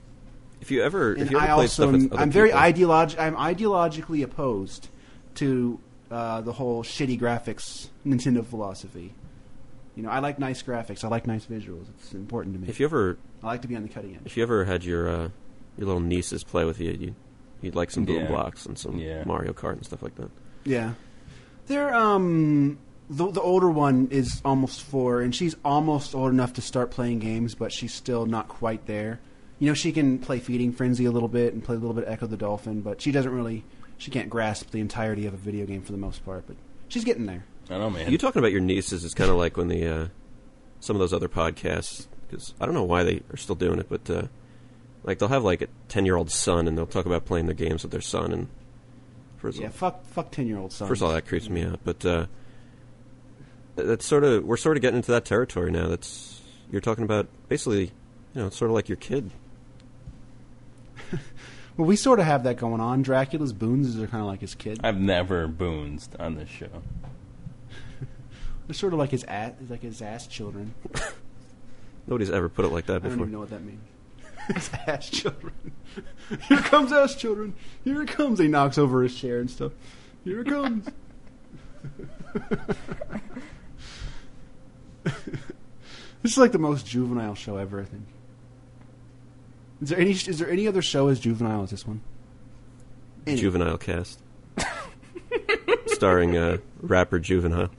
Speaker 3: If you ever,
Speaker 4: And
Speaker 3: if you ever
Speaker 4: I
Speaker 3: played
Speaker 4: also,
Speaker 3: stuff
Speaker 4: am,
Speaker 3: with other
Speaker 4: I'm very
Speaker 3: people-
Speaker 4: ideologi- I'm ideologically opposed to uh, the whole shitty graphics Nintendo philosophy. You know, I like nice graphics. I like nice visuals. It's important to me.
Speaker 3: if you ever,
Speaker 4: I like to be on the cutting edge.
Speaker 3: if you ever had your uh, your little nieces play with you, you you'd like some Boom
Speaker 5: Yeah.
Speaker 3: Blocks and some
Speaker 5: Yeah.
Speaker 3: Mario Kart and stuff like that.
Speaker 4: Yeah, they're um the the older one is almost four, and she's almost old enough to start playing games, but she's still not quite there. You know, she can play Feeding Frenzy a little bit and play a little bit of Echo the Dolphin, but she doesn't really she can't grasp the entirety of a video game for the most part. But she's getting there.
Speaker 5: I don't know, man.
Speaker 3: You talking about your nieces is kind of like when the uh, some of those other podcasts because I don't know why they are still doing it, but uh, like they'll have like a ten year old son and they'll talk about playing their games with their son and first
Speaker 4: Yeah,
Speaker 3: of all,
Speaker 4: fuck fuck ten year old son.
Speaker 3: first of all that creeps me out, but uh, that's sort of we're sort of getting into that territory now. That's you're talking about basically, you know, it's sort of like your kid.
Speaker 4: well, we sort of have that going on. Dracula's boons are kind of like his kid.
Speaker 5: I've never boonsed on this show.
Speaker 4: They're sort of like his ass, like his ass children.
Speaker 3: Nobody's ever put it like that
Speaker 4: I don't
Speaker 3: before.
Speaker 4: even know what that means. it's ass children. Here comes ass children. Here it comes. He knocks over his chair and stuff. Here it comes. this is like the most juvenile show ever. I think. Is there any? Is there any other show as juvenile as this one? Any.
Speaker 3: Juvenile cast, starring uh, rapper Juvenile.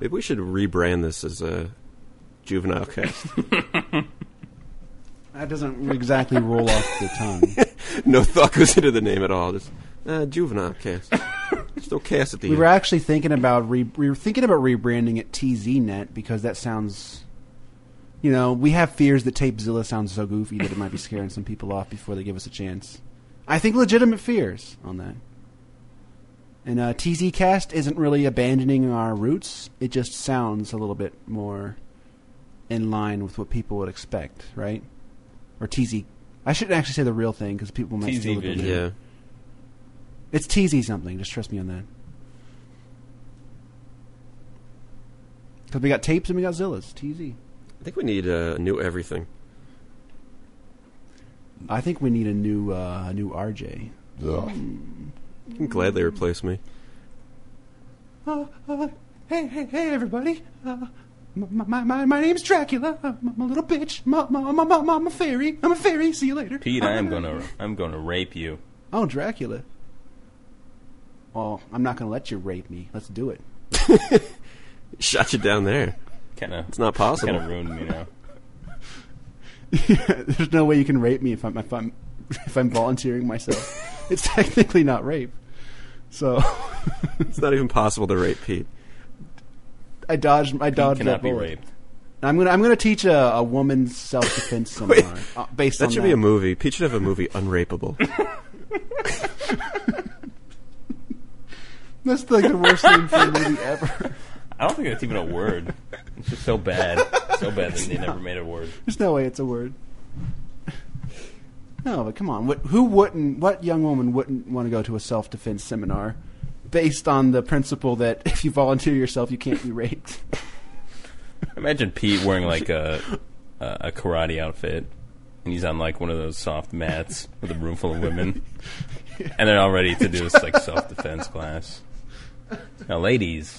Speaker 3: Maybe we should rebrand this as a juvenile cast.
Speaker 4: That doesn't exactly roll off the tongue.
Speaker 3: no thought goes into the name at all. Just uh, juvenile cast. Just no cast at the
Speaker 4: We
Speaker 3: end.
Speaker 4: were actually thinking about re- we were thinking about rebranding it TZNet because that sounds, you know, we have fears that Tapezilla sounds so goofy that it might be scaring some people off before they give us a chance. I think legitimate fears on that. And uh, TZCast isn't really abandoning our roots; it just sounds a little bit more in line with what people would expect, right? Or TZ. I shouldn't actually say the real thing because people might
Speaker 5: TZ
Speaker 4: steal the domain.
Speaker 5: Vision.
Speaker 3: yeah.
Speaker 4: It's teasy something. Just trust me on that. Because we got tapes and we got Zillas. TZ.
Speaker 3: I think we need a new everything.
Speaker 4: I think we need a new uh, a new RJ.
Speaker 3: You can gladly replace me.
Speaker 4: Uh, uh, hey, hey, hey, everybody. Uh, my, my, my, my name's Dracula. Uh, I'm, I'm a little bitch. I'm a, I'm, a, I'm, a, I'm a fairy. I'm a fairy. See you later.
Speaker 5: Pete, I am gonna, I'm gonna rape you.
Speaker 4: Oh, Dracula. Well, I'm not going to let you rape me. Let's do it.
Speaker 3: Shot you down there.
Speaker 5: Kind of,
Speaker 3: It's not possible.
Speaker 5: kind of ruined me now.
Speaker 4: There's no way you can rape me if I'm, if I'm, if I'm volunteering myself. it's technically not rape. So
Speaker 3: It's not even possible to rape Pete.
Speaker 4: I dodged. I
Speaker 5: He
Speaker 4: dodged
Speaker 5: cannot
Speaker 4: that
Speaker 5: be
Speaker 4: bullet.
Speaker 5: raped.
Speaker 4: I'm gonna. I'm gonna teach a, a woman's self defense seminar uh, based on
Speaker 3: That should be a movie. Pete should have a movie, Unrapeable.
Speaker 4: That's like the worst name for a movie ever.
Speaker 5: I don't think that's even a word. It's just so bad, so bad that they never made a word.
Speaker 4: There's no way it's a word. No, but come on. What, who wouldn't? What young woman wouldn't want to go to a self defense seminar based on the principle that if you volunteer yourself, you can't be raped?
Speaker 5: Imagine Pete wearing like a a a karate outfit, and he's on like one of those soft mats with a room full of women, and they're all ready to do this like self defense class. Now, ladies,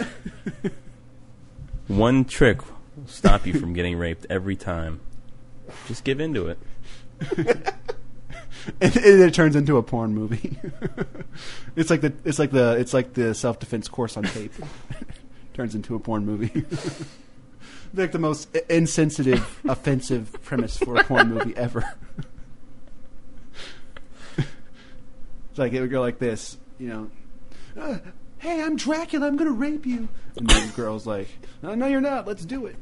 Speaker 5: one trick will stop you from getting raped every time. Just give into it.
Speaker 4: and it turns into a porn movie. it's like the it's like the it's like the self defense course on tape. turns into a porn movie. like the most i- insensitive, offensive premise for a porn movie ever. it's like it would go like this, you know. "Uh, hey, I'm Dracula. I'm gonna rape you. And then the girl's like, "Uh, no, no, you're not. Let's do it.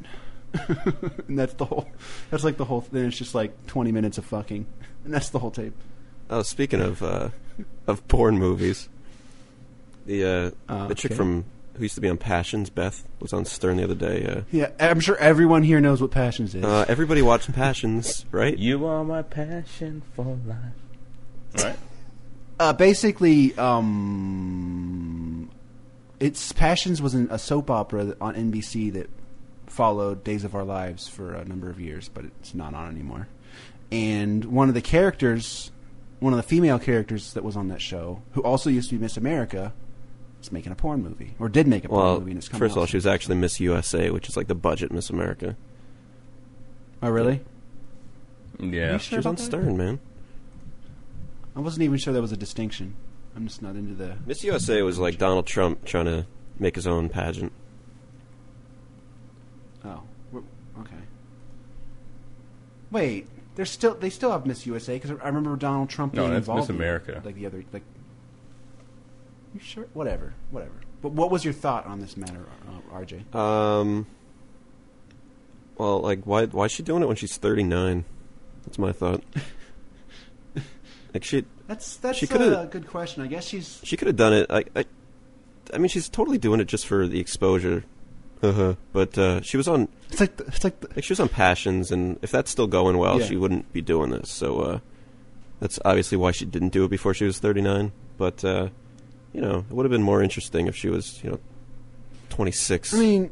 Speaker 4: and that's the whole. That's like the whole. Then it's just like 20 minutes of fucking, and that's the whole tape.
Speaker 3: Oh, speaking of uh, of porn movies, the uh,
Speaker 4: Uh,
Speaker 3: the chick
Speaker 4: okay.
Speaker 3: from who used to be on Passions, Beth, was on Stern the other day.
Speaker 4: Yeah, I'm sure everyone here knows what passions is.
Speaker 3: Uh, uh, everybody watched Passions, right?
Speaker 5: You are my passion for life. All right.
Speaker 4: Uh, basically, um, it's Passions was an, a soap opera that, on NBC that followed Days of Our Lives for a number of years, but it's not on anymore. And one of the characters, one of the female characters that was on that show, who also used to be Miss America, is making a porn movie or did make a porn
Speaker 3: well,
Speaker 4: movie, and it's coming
Speaker 3: first of all,
Speaker 4: out
Speaker 3: she was actually Miss USA, which is like the budget Miss America.
Speaker 4: soon. Oh, really?
Speaker 5: Yeah.
Speaker 4: Sure
Speaker 3: She was
Speaker 4: about
Speaker 3: on
Speaker 4: that?
Speaker 3: Stern, man.
Speaker 4: I wasn't even sure that was a distinction. I'm just not into the.
Speaker 3: Miss USA was like Donald Trump trying to make his own pageant.
Speaker 4: Oh, we're- okay. Wait, they're still they still have Miss USA because I remember Donald Trump.
Speaker 5: No,
Speaker 4: being
Speaker 5: that's
Speaker 4: involved
Speaker 5: Miss
Speaker 4: in it,
Speaker 5: America.
Speaker 4: like the other, like you sure? Whatever, whatever. But what was your thought on this matter, uh, RJ?
Speaker 3: Um, well, like why why is she doing it when she's thirty nine? That's my thought. like she
Speaker 4: That's that's
Speaker 3: She
Speaker 4: a,
Speaker 3: coulda-
Speaker 4: good question. I guess she's
Speaker 3: She could have done it. I, I, I mean, she's totally doing it just for the exposure. Uh-huh. But uh, she was on,
Speaker 4: it's like the, it's like the,
Speaker 3: like she was on Passions, and if that's still going well,
Speaker 4: Yeah.
Speaker 3: she wouldn't be doing this. So uh, that's obviously why she didn't do it before she was 39. But uh, you know, it would have been more interesting if she was, you know, 26.
Speaker 4: I mean,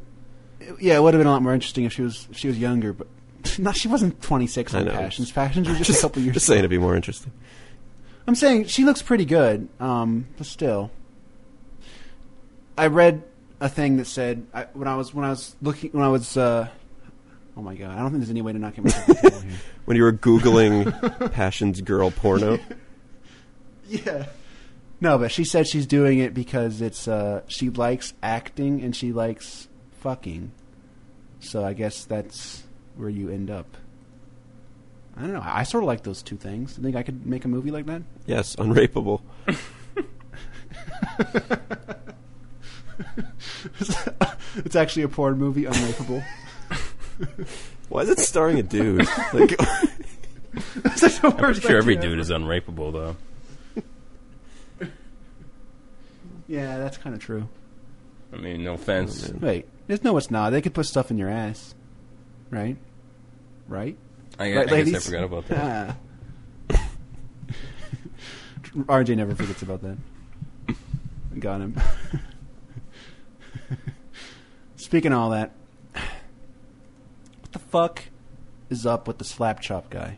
Speaker 4: yeah, it would have been a lot more interesting if she was if she was younger, but. No, she wasn't 26
Speaker 3: I
Speaker 4: on
Speaker 3: know.
Speaker 4: Passions. Passions was just, a couple years.
Speaker 3: just saying
Speaker 4: ago.
Speaker 3: it'd be more interesting.
Speaker 4: I'm saying she looks pretty good, um, but still. I read a thing that said I, when I was when I was looking when I was. Uh, oh my god! I don't think there's any way to knock him out.
Speaker 3: When you were googling Passions girl porno,
Speaker 4: yeah. No, but she said she's doing it because it's uh, she likes acting and she likes fucking. So I guess that's where you end up. I don't know. I sort of like those two things. I think I could make a movie like that.
Speaker 3: yes, unrapeable.
Speaker 4: it's actually a porn movie, unmakeable.
Speaker 3: Why is it starring a dude? Like,
Speaker 4: It's like the
Speaker 5: I'm
Speaker 4: worst
Speaker 5: sure every
Speaker 4: idea
Speaker 5: dude is
Speaker 4: ever.
Speaker 5: unrapeable, though.
Speaker 4: Yeah, that's kind of true.
Speaker 5: I mean, no offense.
Speaker 4: Wait, there's no, it's not. They could put stuff in your ass, right? Right,
Speaker 5: I,
Speaker 4: right,
Speaker 5: I guess I forgot about that.
Speaker 4: Ah. RJ never forgets about that. Got him. Speaking of all that, what the fuck is up with the slap chop guy?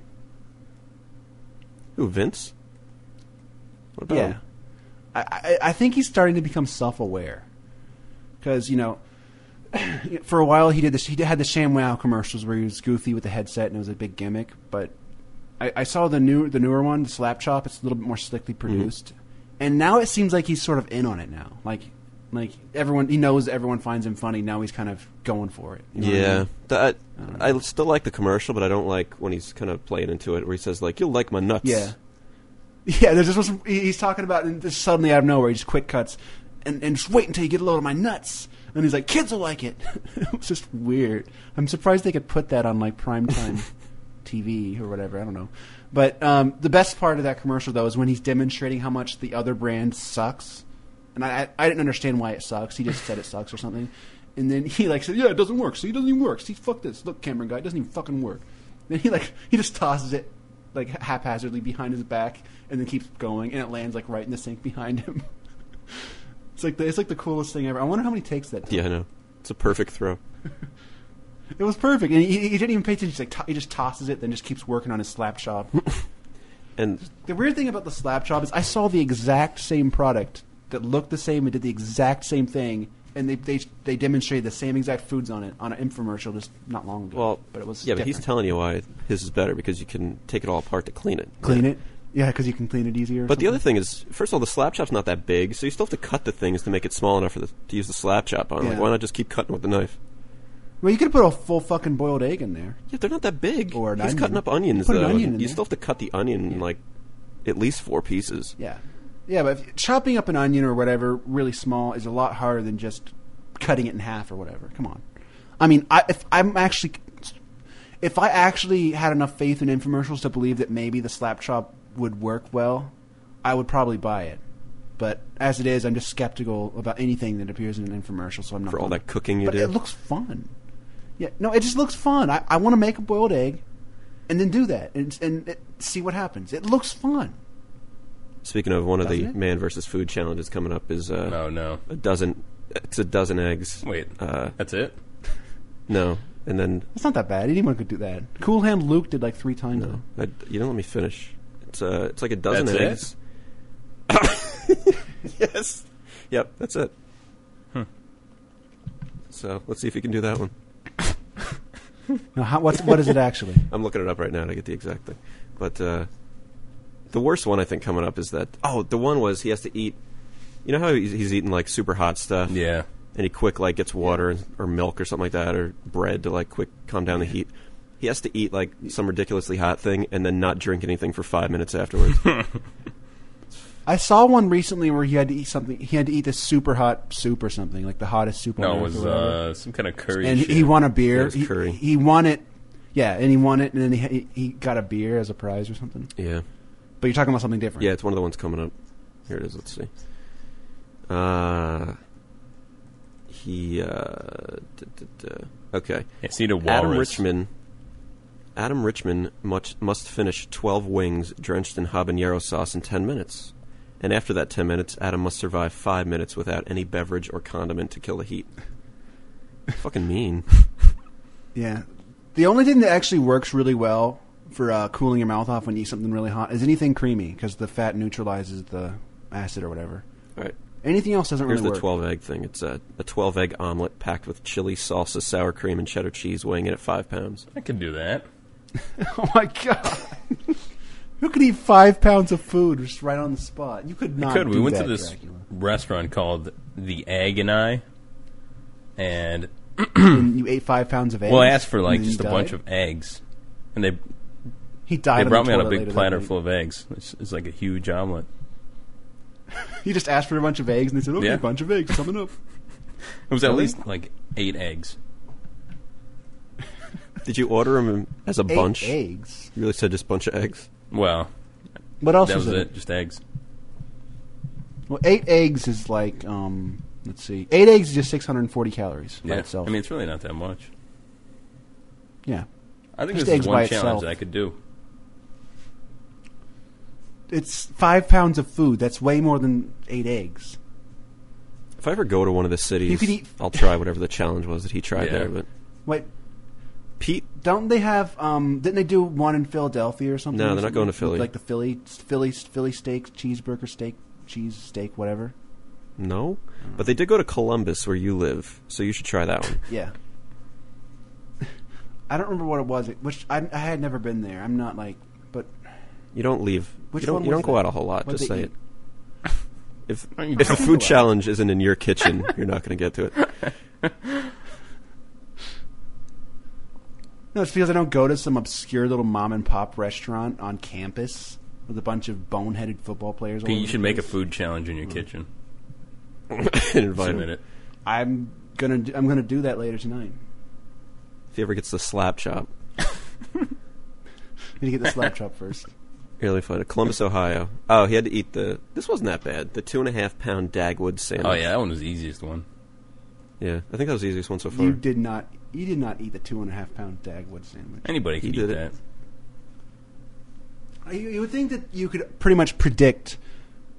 Speaker 3: who Vince? What about
Speaker 4: Yeah,
Speaker 3: him?
Speaker 4: I, I, I think he's starting to become self-aware because you know, for a while he did this. He had the ShamWow commercials where he was goofy with the headset and it was a big gimmick. But I, I saw the new the newer one, the Slap Chop. It's a little bit more slickly
Speaker 3: Mm-hmm.
Speaker 4: produced, and now it seems like he's sort of in on it now. Like like everyone, he knows everyone finds him funny. Now he's kind of going for it. you know what I
Speaker 3: Yeah,
Speaker 4: mean?
Speaker 3: that,
Speaker 4: don't
Speaker 3: I, still like the commercial, but I don't like when he's kind of playing into it, where he says like, "You'll like my nuts."
Speaker 4: Yeah. Yeah, there's just one- he- he's talking about, and just suddenly out of nowhere, he just quick cuts, and and just wait until you get a load of my nuts. And he's like, kids will like it. it was just weird. I'm surprised they could put that on like primetime TV or whatever. I don't know. But um, the best part of that commercial though is when he's demonstrating how much the other brand sucks. And I, I I didn't understand why it sucks. He just said it sucks or something. And then he like said, yeah, it doesn't work. See, it doesn't even work. See, fuck this. Look, Cameron guy, it doesn't even fucking work. Then he like he just tosses it like haphazardly behind his back and then keeps going and it lands like right in the sink behind him. it's like the, it's like the coolest thing ever. I wonder how many takes that. Took.
Speaker 3: Yeah, I know. It's a perfect throw.
Speaker 4: It was perfect, and he, he didn't even pay attention. He's like to- he just tosses it, then just keeps working on his slap chop.
Speaker 3: And
Speaker 4: the weird thing about the slap chop is I saw the exact same product that looked the same and did the exact same thing, and they they, they demonstrated the same exact foods on it on an infomercial just not long ago.
Speaker 3: well,
Speaker 4: but it was
Speaker 3: yeah, but he's
Speaker 4: different.
Speaker 3: telling you why his is better because you can take it all apart to clean it.
Speaker 4: clean it. Yeah, because you can clean it easier. or
Speaker 3: But the
Speaker 4: something.
Speaker 3: other thing is, first of all, the slap chop's not that big, so you still have to cut the things to make it small enough for the, to use the slap chop on.
Speaker 4: Yeah.
Speaker 3: Like, why not just keep cutting with the knife?
Speaker 4: well, you could put a full fucking boiled egg in there.
Speaker 3: Yeah, they're not that big.
Speaker 4: Or an
Speaker 3: He's
Speaker 4: onion.
Speaker 3: cutting up onions
Speaker 4: Put an
Speaker 3: though.
Speaker 4: onion
Speaker 3: and
Speaker 4: in
Speaker 3: you
Speaker 4: there.
Speaker 3: still have to cut the onion in like at least four pieces.
Speaker 4: Yeah. Yeah, but if, chopping up an onion or whatever really small is a lot harder than just cutting it in half or whatever. Come on. I mean, I, if I'm actually, if I actually had enough faith in infomercials to believe that maybe the slap chop would work well, I would probably buy it. But as it is, I'm just skeptical about anything that appears in an infomercial, so I'm not
Speaker 3: For all
Speaker 4: gonna-
Speaker 3: that cooking you
Speaker 4: but
Speaker 3: do.
Speaker 4: it looks fun. Yeah, no, it just looks fun. I, I want to make a boiled egg, and then do that, and and it, see what happens. It looks fun.
Speaker 3: Speaking of, one of the
Speaker 4: Doesn't it?
Speaker 3: man versus food challenges coming up is uh,
Speaker 5: Oh no!
Speaker 3: a dozen. It's a dozen eggs.
Speaker 5: Wait,
Speaker 3: Uh,
Speaker 5: that's it.
Speaker 3: no, and then
Speaker 4: It's not that bad. Anyone could do that. Cool Hand Luke did like three times.
Speaker 3: no,
Speaker 4: though.
Speaker 3: I, you don't let me finish. It's uh, it's like a dozen
Speaker 5: That's it?
Speaker 3: eggs. yes. Yep. That's it. So let's see if you can do that one.
Speaker 4: No, how, what's, what is it actually?
Speaker 3: I'm looking it up right now to get the exact thing. But uh, the worst one I think coming up is that oh the one was he has to eat. You know how he's, he's eating like super hot stuff.
Speaker 5: Yeah,
Speaker 3: And he quick like gets water and- or milk or something like that or bread to like quick calm down the heat. He has to eat like some ridiculously hot thing and then not drink anything for five minutes afterwards.
Speaker 4: I saw one recently where he had to eat something. He had to eat this super hot soup or something, like the hottest soup.
Speaker 5: no,
Speaker 4: on
Speaker 5: it
Speaker 4: earth
Speaker 5: was
Speaker 4: or whatever.
Speaker 5: uh, some kind of curry.
Speaker 4: and
Speaker 5: shit.
Speaker 4: he won a beer.
Speaker 3: It was
Speaker 4: he,
Speaker 3: curry.
Speaker 4: he won it. Yeah, and he won it, and then he he got a beer as a prize or something.
Speaker 3: yeah.
Speaker 4: But you're talking about something different.
Speaker 3: Yeah, it's one of the ones coming up. Here it is. Let's see. Uh, he. Uh, d- d- d- okay.
Speaker 5: Yes, he did a
Speaker 3: Adam
Speaker 5: walrus.
Speaker 3: Richman. Adam Richman much, must finish 12 wings drenched in habanero sauce in 10 minutes. And after that 10 minutes, Adam must survive 5 minutes without any beverage or condiment to kill the heat. Fucking mean.
Speaker 4: Yeah. The only thing that actually works really well for uh, cooling your mouth off when you eat something really hot is anything creamy because the fat neutralizes the acid or whatever.
Speaker 3: All right.
Speaker 4: Anything else doesn't
Speaker 3: Here's
Speaker 4: really
Speaker 3: the
Speaker 4: work.
Speaker 3: 12 egg thing. It's a, a 12 egg omelet packed with chili, salsa, sour cream, and cheddar cheese, weighing in at 5 pounds.
Speaker 5: I could do that.
Speaker 4: Oh my god! Who could eat five pounds of food just right on the spot? You could not.
Speaker 5: could. We
Speaker 4: do
Speaker 5: went
Speaker 4: that,
Speaker 5: to this
Speaker 4: Dracula.
Speaker 5: restaurant called the Egg and I, and
Speaker 4: And you ate five pounds of eggs.
Speaker 5: well, I asked for
Speaker 4: and
Speaker 5: like
Speaker 4: then you
Speaker 5: just a
Speaker 4: died?
Speaker 5: bunch of eggs, and they
Speaker 4: He died.
Speaker 5: they
Speaker 4: the
Speaker 5: brought me on a
Speaker 4: toilet later
Speaker 5: big
Speaker 4: that
Speaker 5: platter
Speaker 4: night.
Speaker 5: full of eggs. It's, it's like a huge omelet.
Speaker 4: You just asked for a bunch of eggs, and they said, "Okay,
Speaker 5: Yeah.
Speaker 4: bunch of eggs coming up."
Speaker 5: It was at least like eight eggs.
Speaker 3: Did you order them as a
Speaker 4: Eight
Speaker 3: bunch?
Speaker 4: eggs.
Speaker 3: You really said just bunch of eggs?
Speaker 5: Well,
Speaker 4: What else
Speaker 5: that was
Speaker 4: in
Speaker 5: it. Just eggs.
Speaker 4: Well, eight eggs is like um. Let's see. Eight eggs is just 640 calories by
Speaker 5: Yeah. I
Speaker 4: itself.
Speaker 5: mean, it's really not that much.
Speaker 4: yeah,
Speaker 5: I think
Speaker 4: Just
Speaker 5: this
Speaker 4: eggs
Speaker 5: is one
Speaker 4: by
Speaker 5: challenge
Speaker 4: itself.
Speaker 5: that I could do.
Speaker 4: it's five pounds of food. That's way more than eight eggs.
Speaker 3: If I ever go to one of the cities,
Speaker 4: You could eat-
Speaker 3: I'll try whatever the challenge was that he tried
Speaker 5: Yeah.
Speaker 3: there. But
Speaker 4: Wait,
Speaker 3: Pete,
Speaker 4: Don't they have? Um, didn't they do one in Philadelphia or something?
Speaker 3: No, they're not going to Philly.
Speaker 4: Like the Philly, Philly, Philly steak, cheeseburger, steak, cheese, steak, whatever.
Speaker 3: no. But they did go to Columbus, where you live, so you should try that one.
Speaker 4: Yeah. I don't remember what it was. Which I, I had never been there. I'm not like, but
Speaker 3: You don't leave.
Speaker 4: Which
Speaker 3: you don't,
Speaker 4: one
Speaker 3: you
Speaker 4: was
Speaker 3: don't go
Speaker 4: that?
Speaker 3: out a whole lot.
Speaker 4: What'd
Speaker 3: just say
Speaker 4: they eat?
Speaker 3: it. If
Speaker 5: you
Speaker 3: if a
Speaker 5: don't
Speaker 3: food
Speaker 4: go out?
Speaker 3: challenge isn't in your kitchen, you're not going to get to it.
Speaker 4: no, it's because I don't go to some obscure little mom and pop restaurant on campus with a bunch of boneheaded football players. all
Speaker 5: Pete,
Speaker 4: over
Speaker 5: you
Speaker 4: the
Speaker 5: should make a
Speaker 4: place.
Speaker 5: food challenge in
Speaker 4: Mm.
Speaker 5: your kitchen.
Speaker 3: and invite
Speaker 5: Submit
Speaker 3: him.
Speaker 5: it.
Speaker 4: I'm gonna do, I'm gonna do that later tonight.
Speaker 3: If he ever gets the slap chop,
Speaker 4: Need to get this laptop first.
Speaker 3: really fun. Columbus, Ohio. Oh, he had to eat the. This wasn't that bad. The two and a half pound Dagwood sandwich.
Speaker 5: Oh yeah, that one was the easiest one.
Speaker 3: yeah. I think that was the easiest one so far.
Speaker 4: You did not. You did not eat the two and a half pound Dagwood sandwich.
Speaker 5: Anybody can
Speaker 3: He
Speaker 5: eat
Speaker 3: did
Speaker 5: that.
Speaker 3: it.
Speaker 4: Uh, You, you would think that you could pretty much predict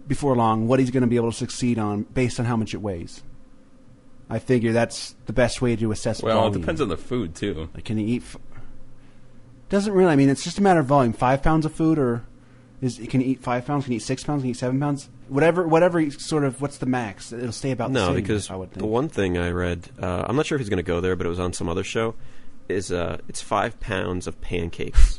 Speaker 4: before long what he's going to be able to succeed on based on how much it weighs. I figure that's the best way to assess.
Speaker 5: Well,
Speaker 4: volume.
Speaker 5: it depends on the food too.
Speaker 4: Like, can he eat? F- Doesn't really. I mean, it's just a matter of volume. Five pounds of food, or is can he eat five pounds? Can he eat six pounds? Can he eat seven pounds? Whatever, whatever. he- Sort of. What's the max? It'll stay about the
Speaker 3: No,
Speaker 4: same.
Speaker 3: because
Speaker 4: I would think.
Speaker 3: the one thing I read, uh, I'm not sure if he's going to go there, but it was on some other show. Is uh, it's five pounds of pancakes.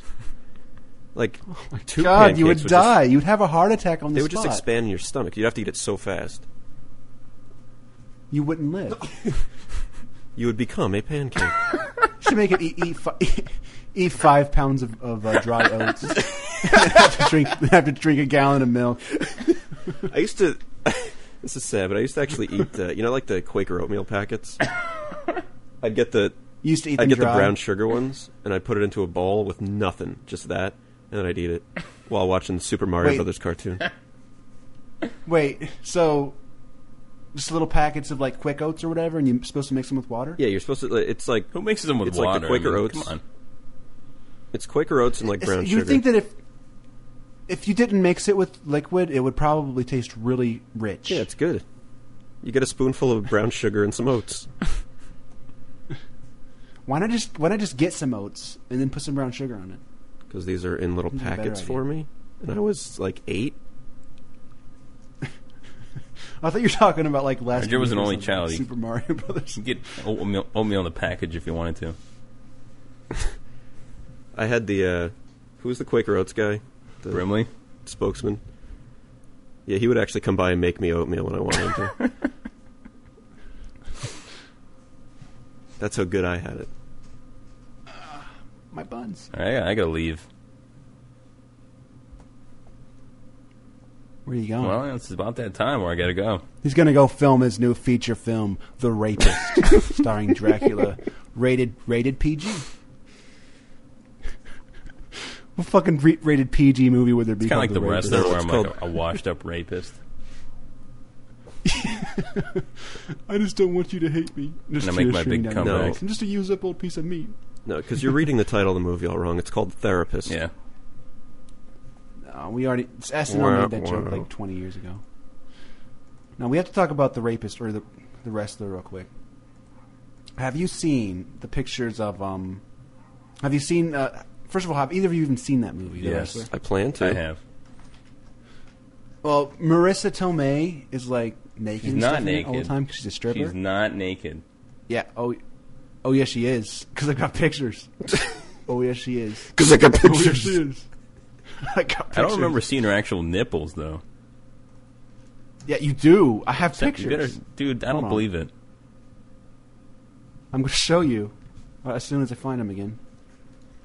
Speaker 3: like two
Speaker 4: Oh God,
Speaker 3: pancakes
Speaker 4: you would
Speaker 3: just-
Speaker 4: die. You'd have a heart attack on the
Speaker 3: they would
Speaker 4: spot.
Speaker 3: just expand in your stomach. You'd have to eat it so fast.
Speaker 4: You wouldn't live.
Speaker 3: You would become a pancake.
Speaker 4: should make it eat eat, fi- eat five pounds of, of uh, dry oats. have to drink have to drink a gallon of milk.
Speaker 3: I used to. this is sad, but I used to actually eat. Uh, you know, like the Quaker oatmeal packets. I'd get the
Speaker 4: You used to eat them
Speaker 3: I'd get
Speaker 4: dry.
Speaker 3: the brown sugar ones, and I'd put it into a bowl with nothing, just that, and then I'd eat it while watching the Super Mario
Speaker 4: Wait.
Speaker 3: Brothers cartoon.
Speaker 4: Wait, so just little packets of like quick oats or whatever, and you're supposed to mix them with water.
Speaker 3: Yeah, you're supposed to. It's like
Speaker 5: Who mixes them with
Speaker 3: It's like
Speaker 5: water?
Speaker 3: the Quaker
Speaker 5: I mean,
Speaker 3: Oats.
Speaker 5: Come on.
Speaker 3: it's Quaker oats and like brown
Speaker 4: you
Speaker 3: sugar.
Speaker 4: would think that if if you didn't mix it with liquid, it would probably taste really rich.
Speaker 3: yeah, it's good. You get a spoonful of brown sugar and some oats.
Speaker 4: why not just why not just get some oats and then put some brown sugar on it?
Speaker 3: because these are in little
Speaker 4: a better
Speaker 3: packets
Speaker 4: idea.
Speaker 3: for me. And I was like eight.
Speaker 4: I thought you were talking about like last.
Speaker 5: Roger was
Speaker 4: week
Speaker 5: an
Speaker 4: or
Speaker 5: only
Speaker 4: something,
Speaker 5: child. He-
Speaker 4: Super Mario Brothers.
Speaker 5: You could get oatmeal, oatmeal in a package if you wanted to.
Speaker 3: I had the uh, who was the Quaker Oats guy, the
Speaker 5: Brimley.
Speaker 3: spokesman. Yeah, he would actually come by and make me oatmeal when I wanted him to. That's how good I had it.
Speaker 4: My buns.
Speaker 5: All right, I gotta leave.
Speaker 4: Where are you going?
Speaker 5: Well, it's about that time where I gotta go.
Speaker 4: He's going to go film his new feature film, The Rapist, starring Dracula, rated rated PG. what fucking re- rated PG movie would there be?
Speaker 5: Kind of like the,
Speaker 4: called
Speaker 5: wrestler
Speaker 4: Rapist?
Speaker 5: where
Speaker 3: It's
Speaker 5: I'm like a, a washed up rapist.
Speaker 4: I just don't want you to hate me. Just
Speaker 5: Gonna make my
Speaker 4: shooting
Speaker 5: big
Speaker 4: down your
Speaker 3: comeback.
Speaker 4: legs. I'm just a used up old piece of meat.
Speaker 3: No, because you're reading the title of the movie all wrong. It's called Therapist.
Speaker 5: Yeah.
Speaker 4: No, Uh, we already
Speaker 3: Wah,
Speaker 4: SNL made that joke
Speaker 3: wah.
Speaker 4: like 20 years ago. Now we have to talk about the rapist or the the wrestler real quick. Have you seen the pictures of um? Have you seen? Uh, first of all, have either of you even seen that movie? The
Speaker 5: Yes.
Speaker 4: Wrestler?
Speaker 3: I plan to.
Speaker 5: I have.
Speaker 4: Well, Marissa Tomei is like naked.
Speaker 5: She's
Speaker 4: and
Speaker 5: not
Speaker 4: stuff in it all the
Speaker 5: naked.
Speaker 4: time 'cause she's a stripper.
Speaker 5: She's not naked.
Speaker 4: yeah. Oh, oh yes, she is. Because I got pictures. oh yes, she is.
Speaker 3: Because I got
Speaker 4: Oh yes, she is. I got pictures.
Speaker 5: I don't remember seeing her actual nipples though.
Speaker 4: Yeah, you do. I have
Speaker 5: You better-
Speaker 4: pictures.
Speaker 5: dude, I
Speaker 4: Hold
Speaker 5: don't
Speaker 4: on.
Speaker 5: believe it.
Speaker 4: I'm going to show you uh, as soon as I find him again.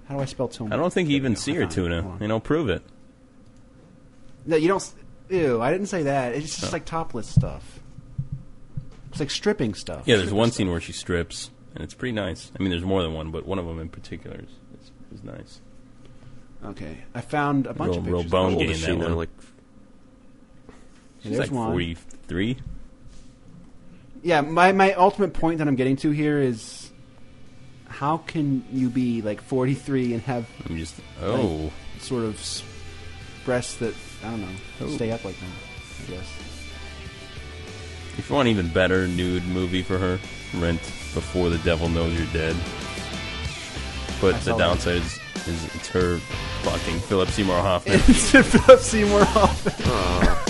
Speaker 4: How do I spell Tomei?
Speaker 5: I don't think you even see her
Speaker 4: found it. Hold
Speaker 5: tuna.
Speaker 4: on.
Speaker 5: You know, prove it.
Speaker 4: No, you don't. s- Ew, I didn't say that. It's
Speaker 5: Oh.
Speaker 4: just like topless stuff. It's like stripping stuff.
Speaker 5: Yeah, there's one scene where she strips, and it's pretty nice. I mean, there's more than one, but one of them in particular is, is, is nice.
Speaker 4: Okay, I found a bunch
Speaker 5: Real-
Speaker 4: of
Speaker 5: real
Speaker 4: pictures.
Speaker 5: bone
Speaker 3: How
Speaker 5: game.
Speaker 3: old is
Speaker 5: Gain
Speaker 3: she
Speaker 5: that
Speaker 3: now?
Speaker 5: one.
Speaker 3: Like,
Speaker 5: She's
Speaker 4: There's
Speaker 5: like
Speaker 4: one.
Speaker 5: 43.
Speaker 4: Yeah, my my ultimate point that I'm getting to here is, how can you be like 43 and have
Speaker 5: I'm just. Oh.
Speaker 4: sort of s- breasts that I don't know
Speaker 5: Oh.
Speaker 4: stay up like that? I guess.
Speaker 5: If you want an even better nude movie for her, rent Before the Devil Knows You're Dead.
Speaker 4: I
Speaker 5: But
Speaker 4: saw that.
Speaker 5: the downside is, is it's her fucking Philip Seymour Hoffman.
Speaker 4: It's Philip Seymour Hoffman.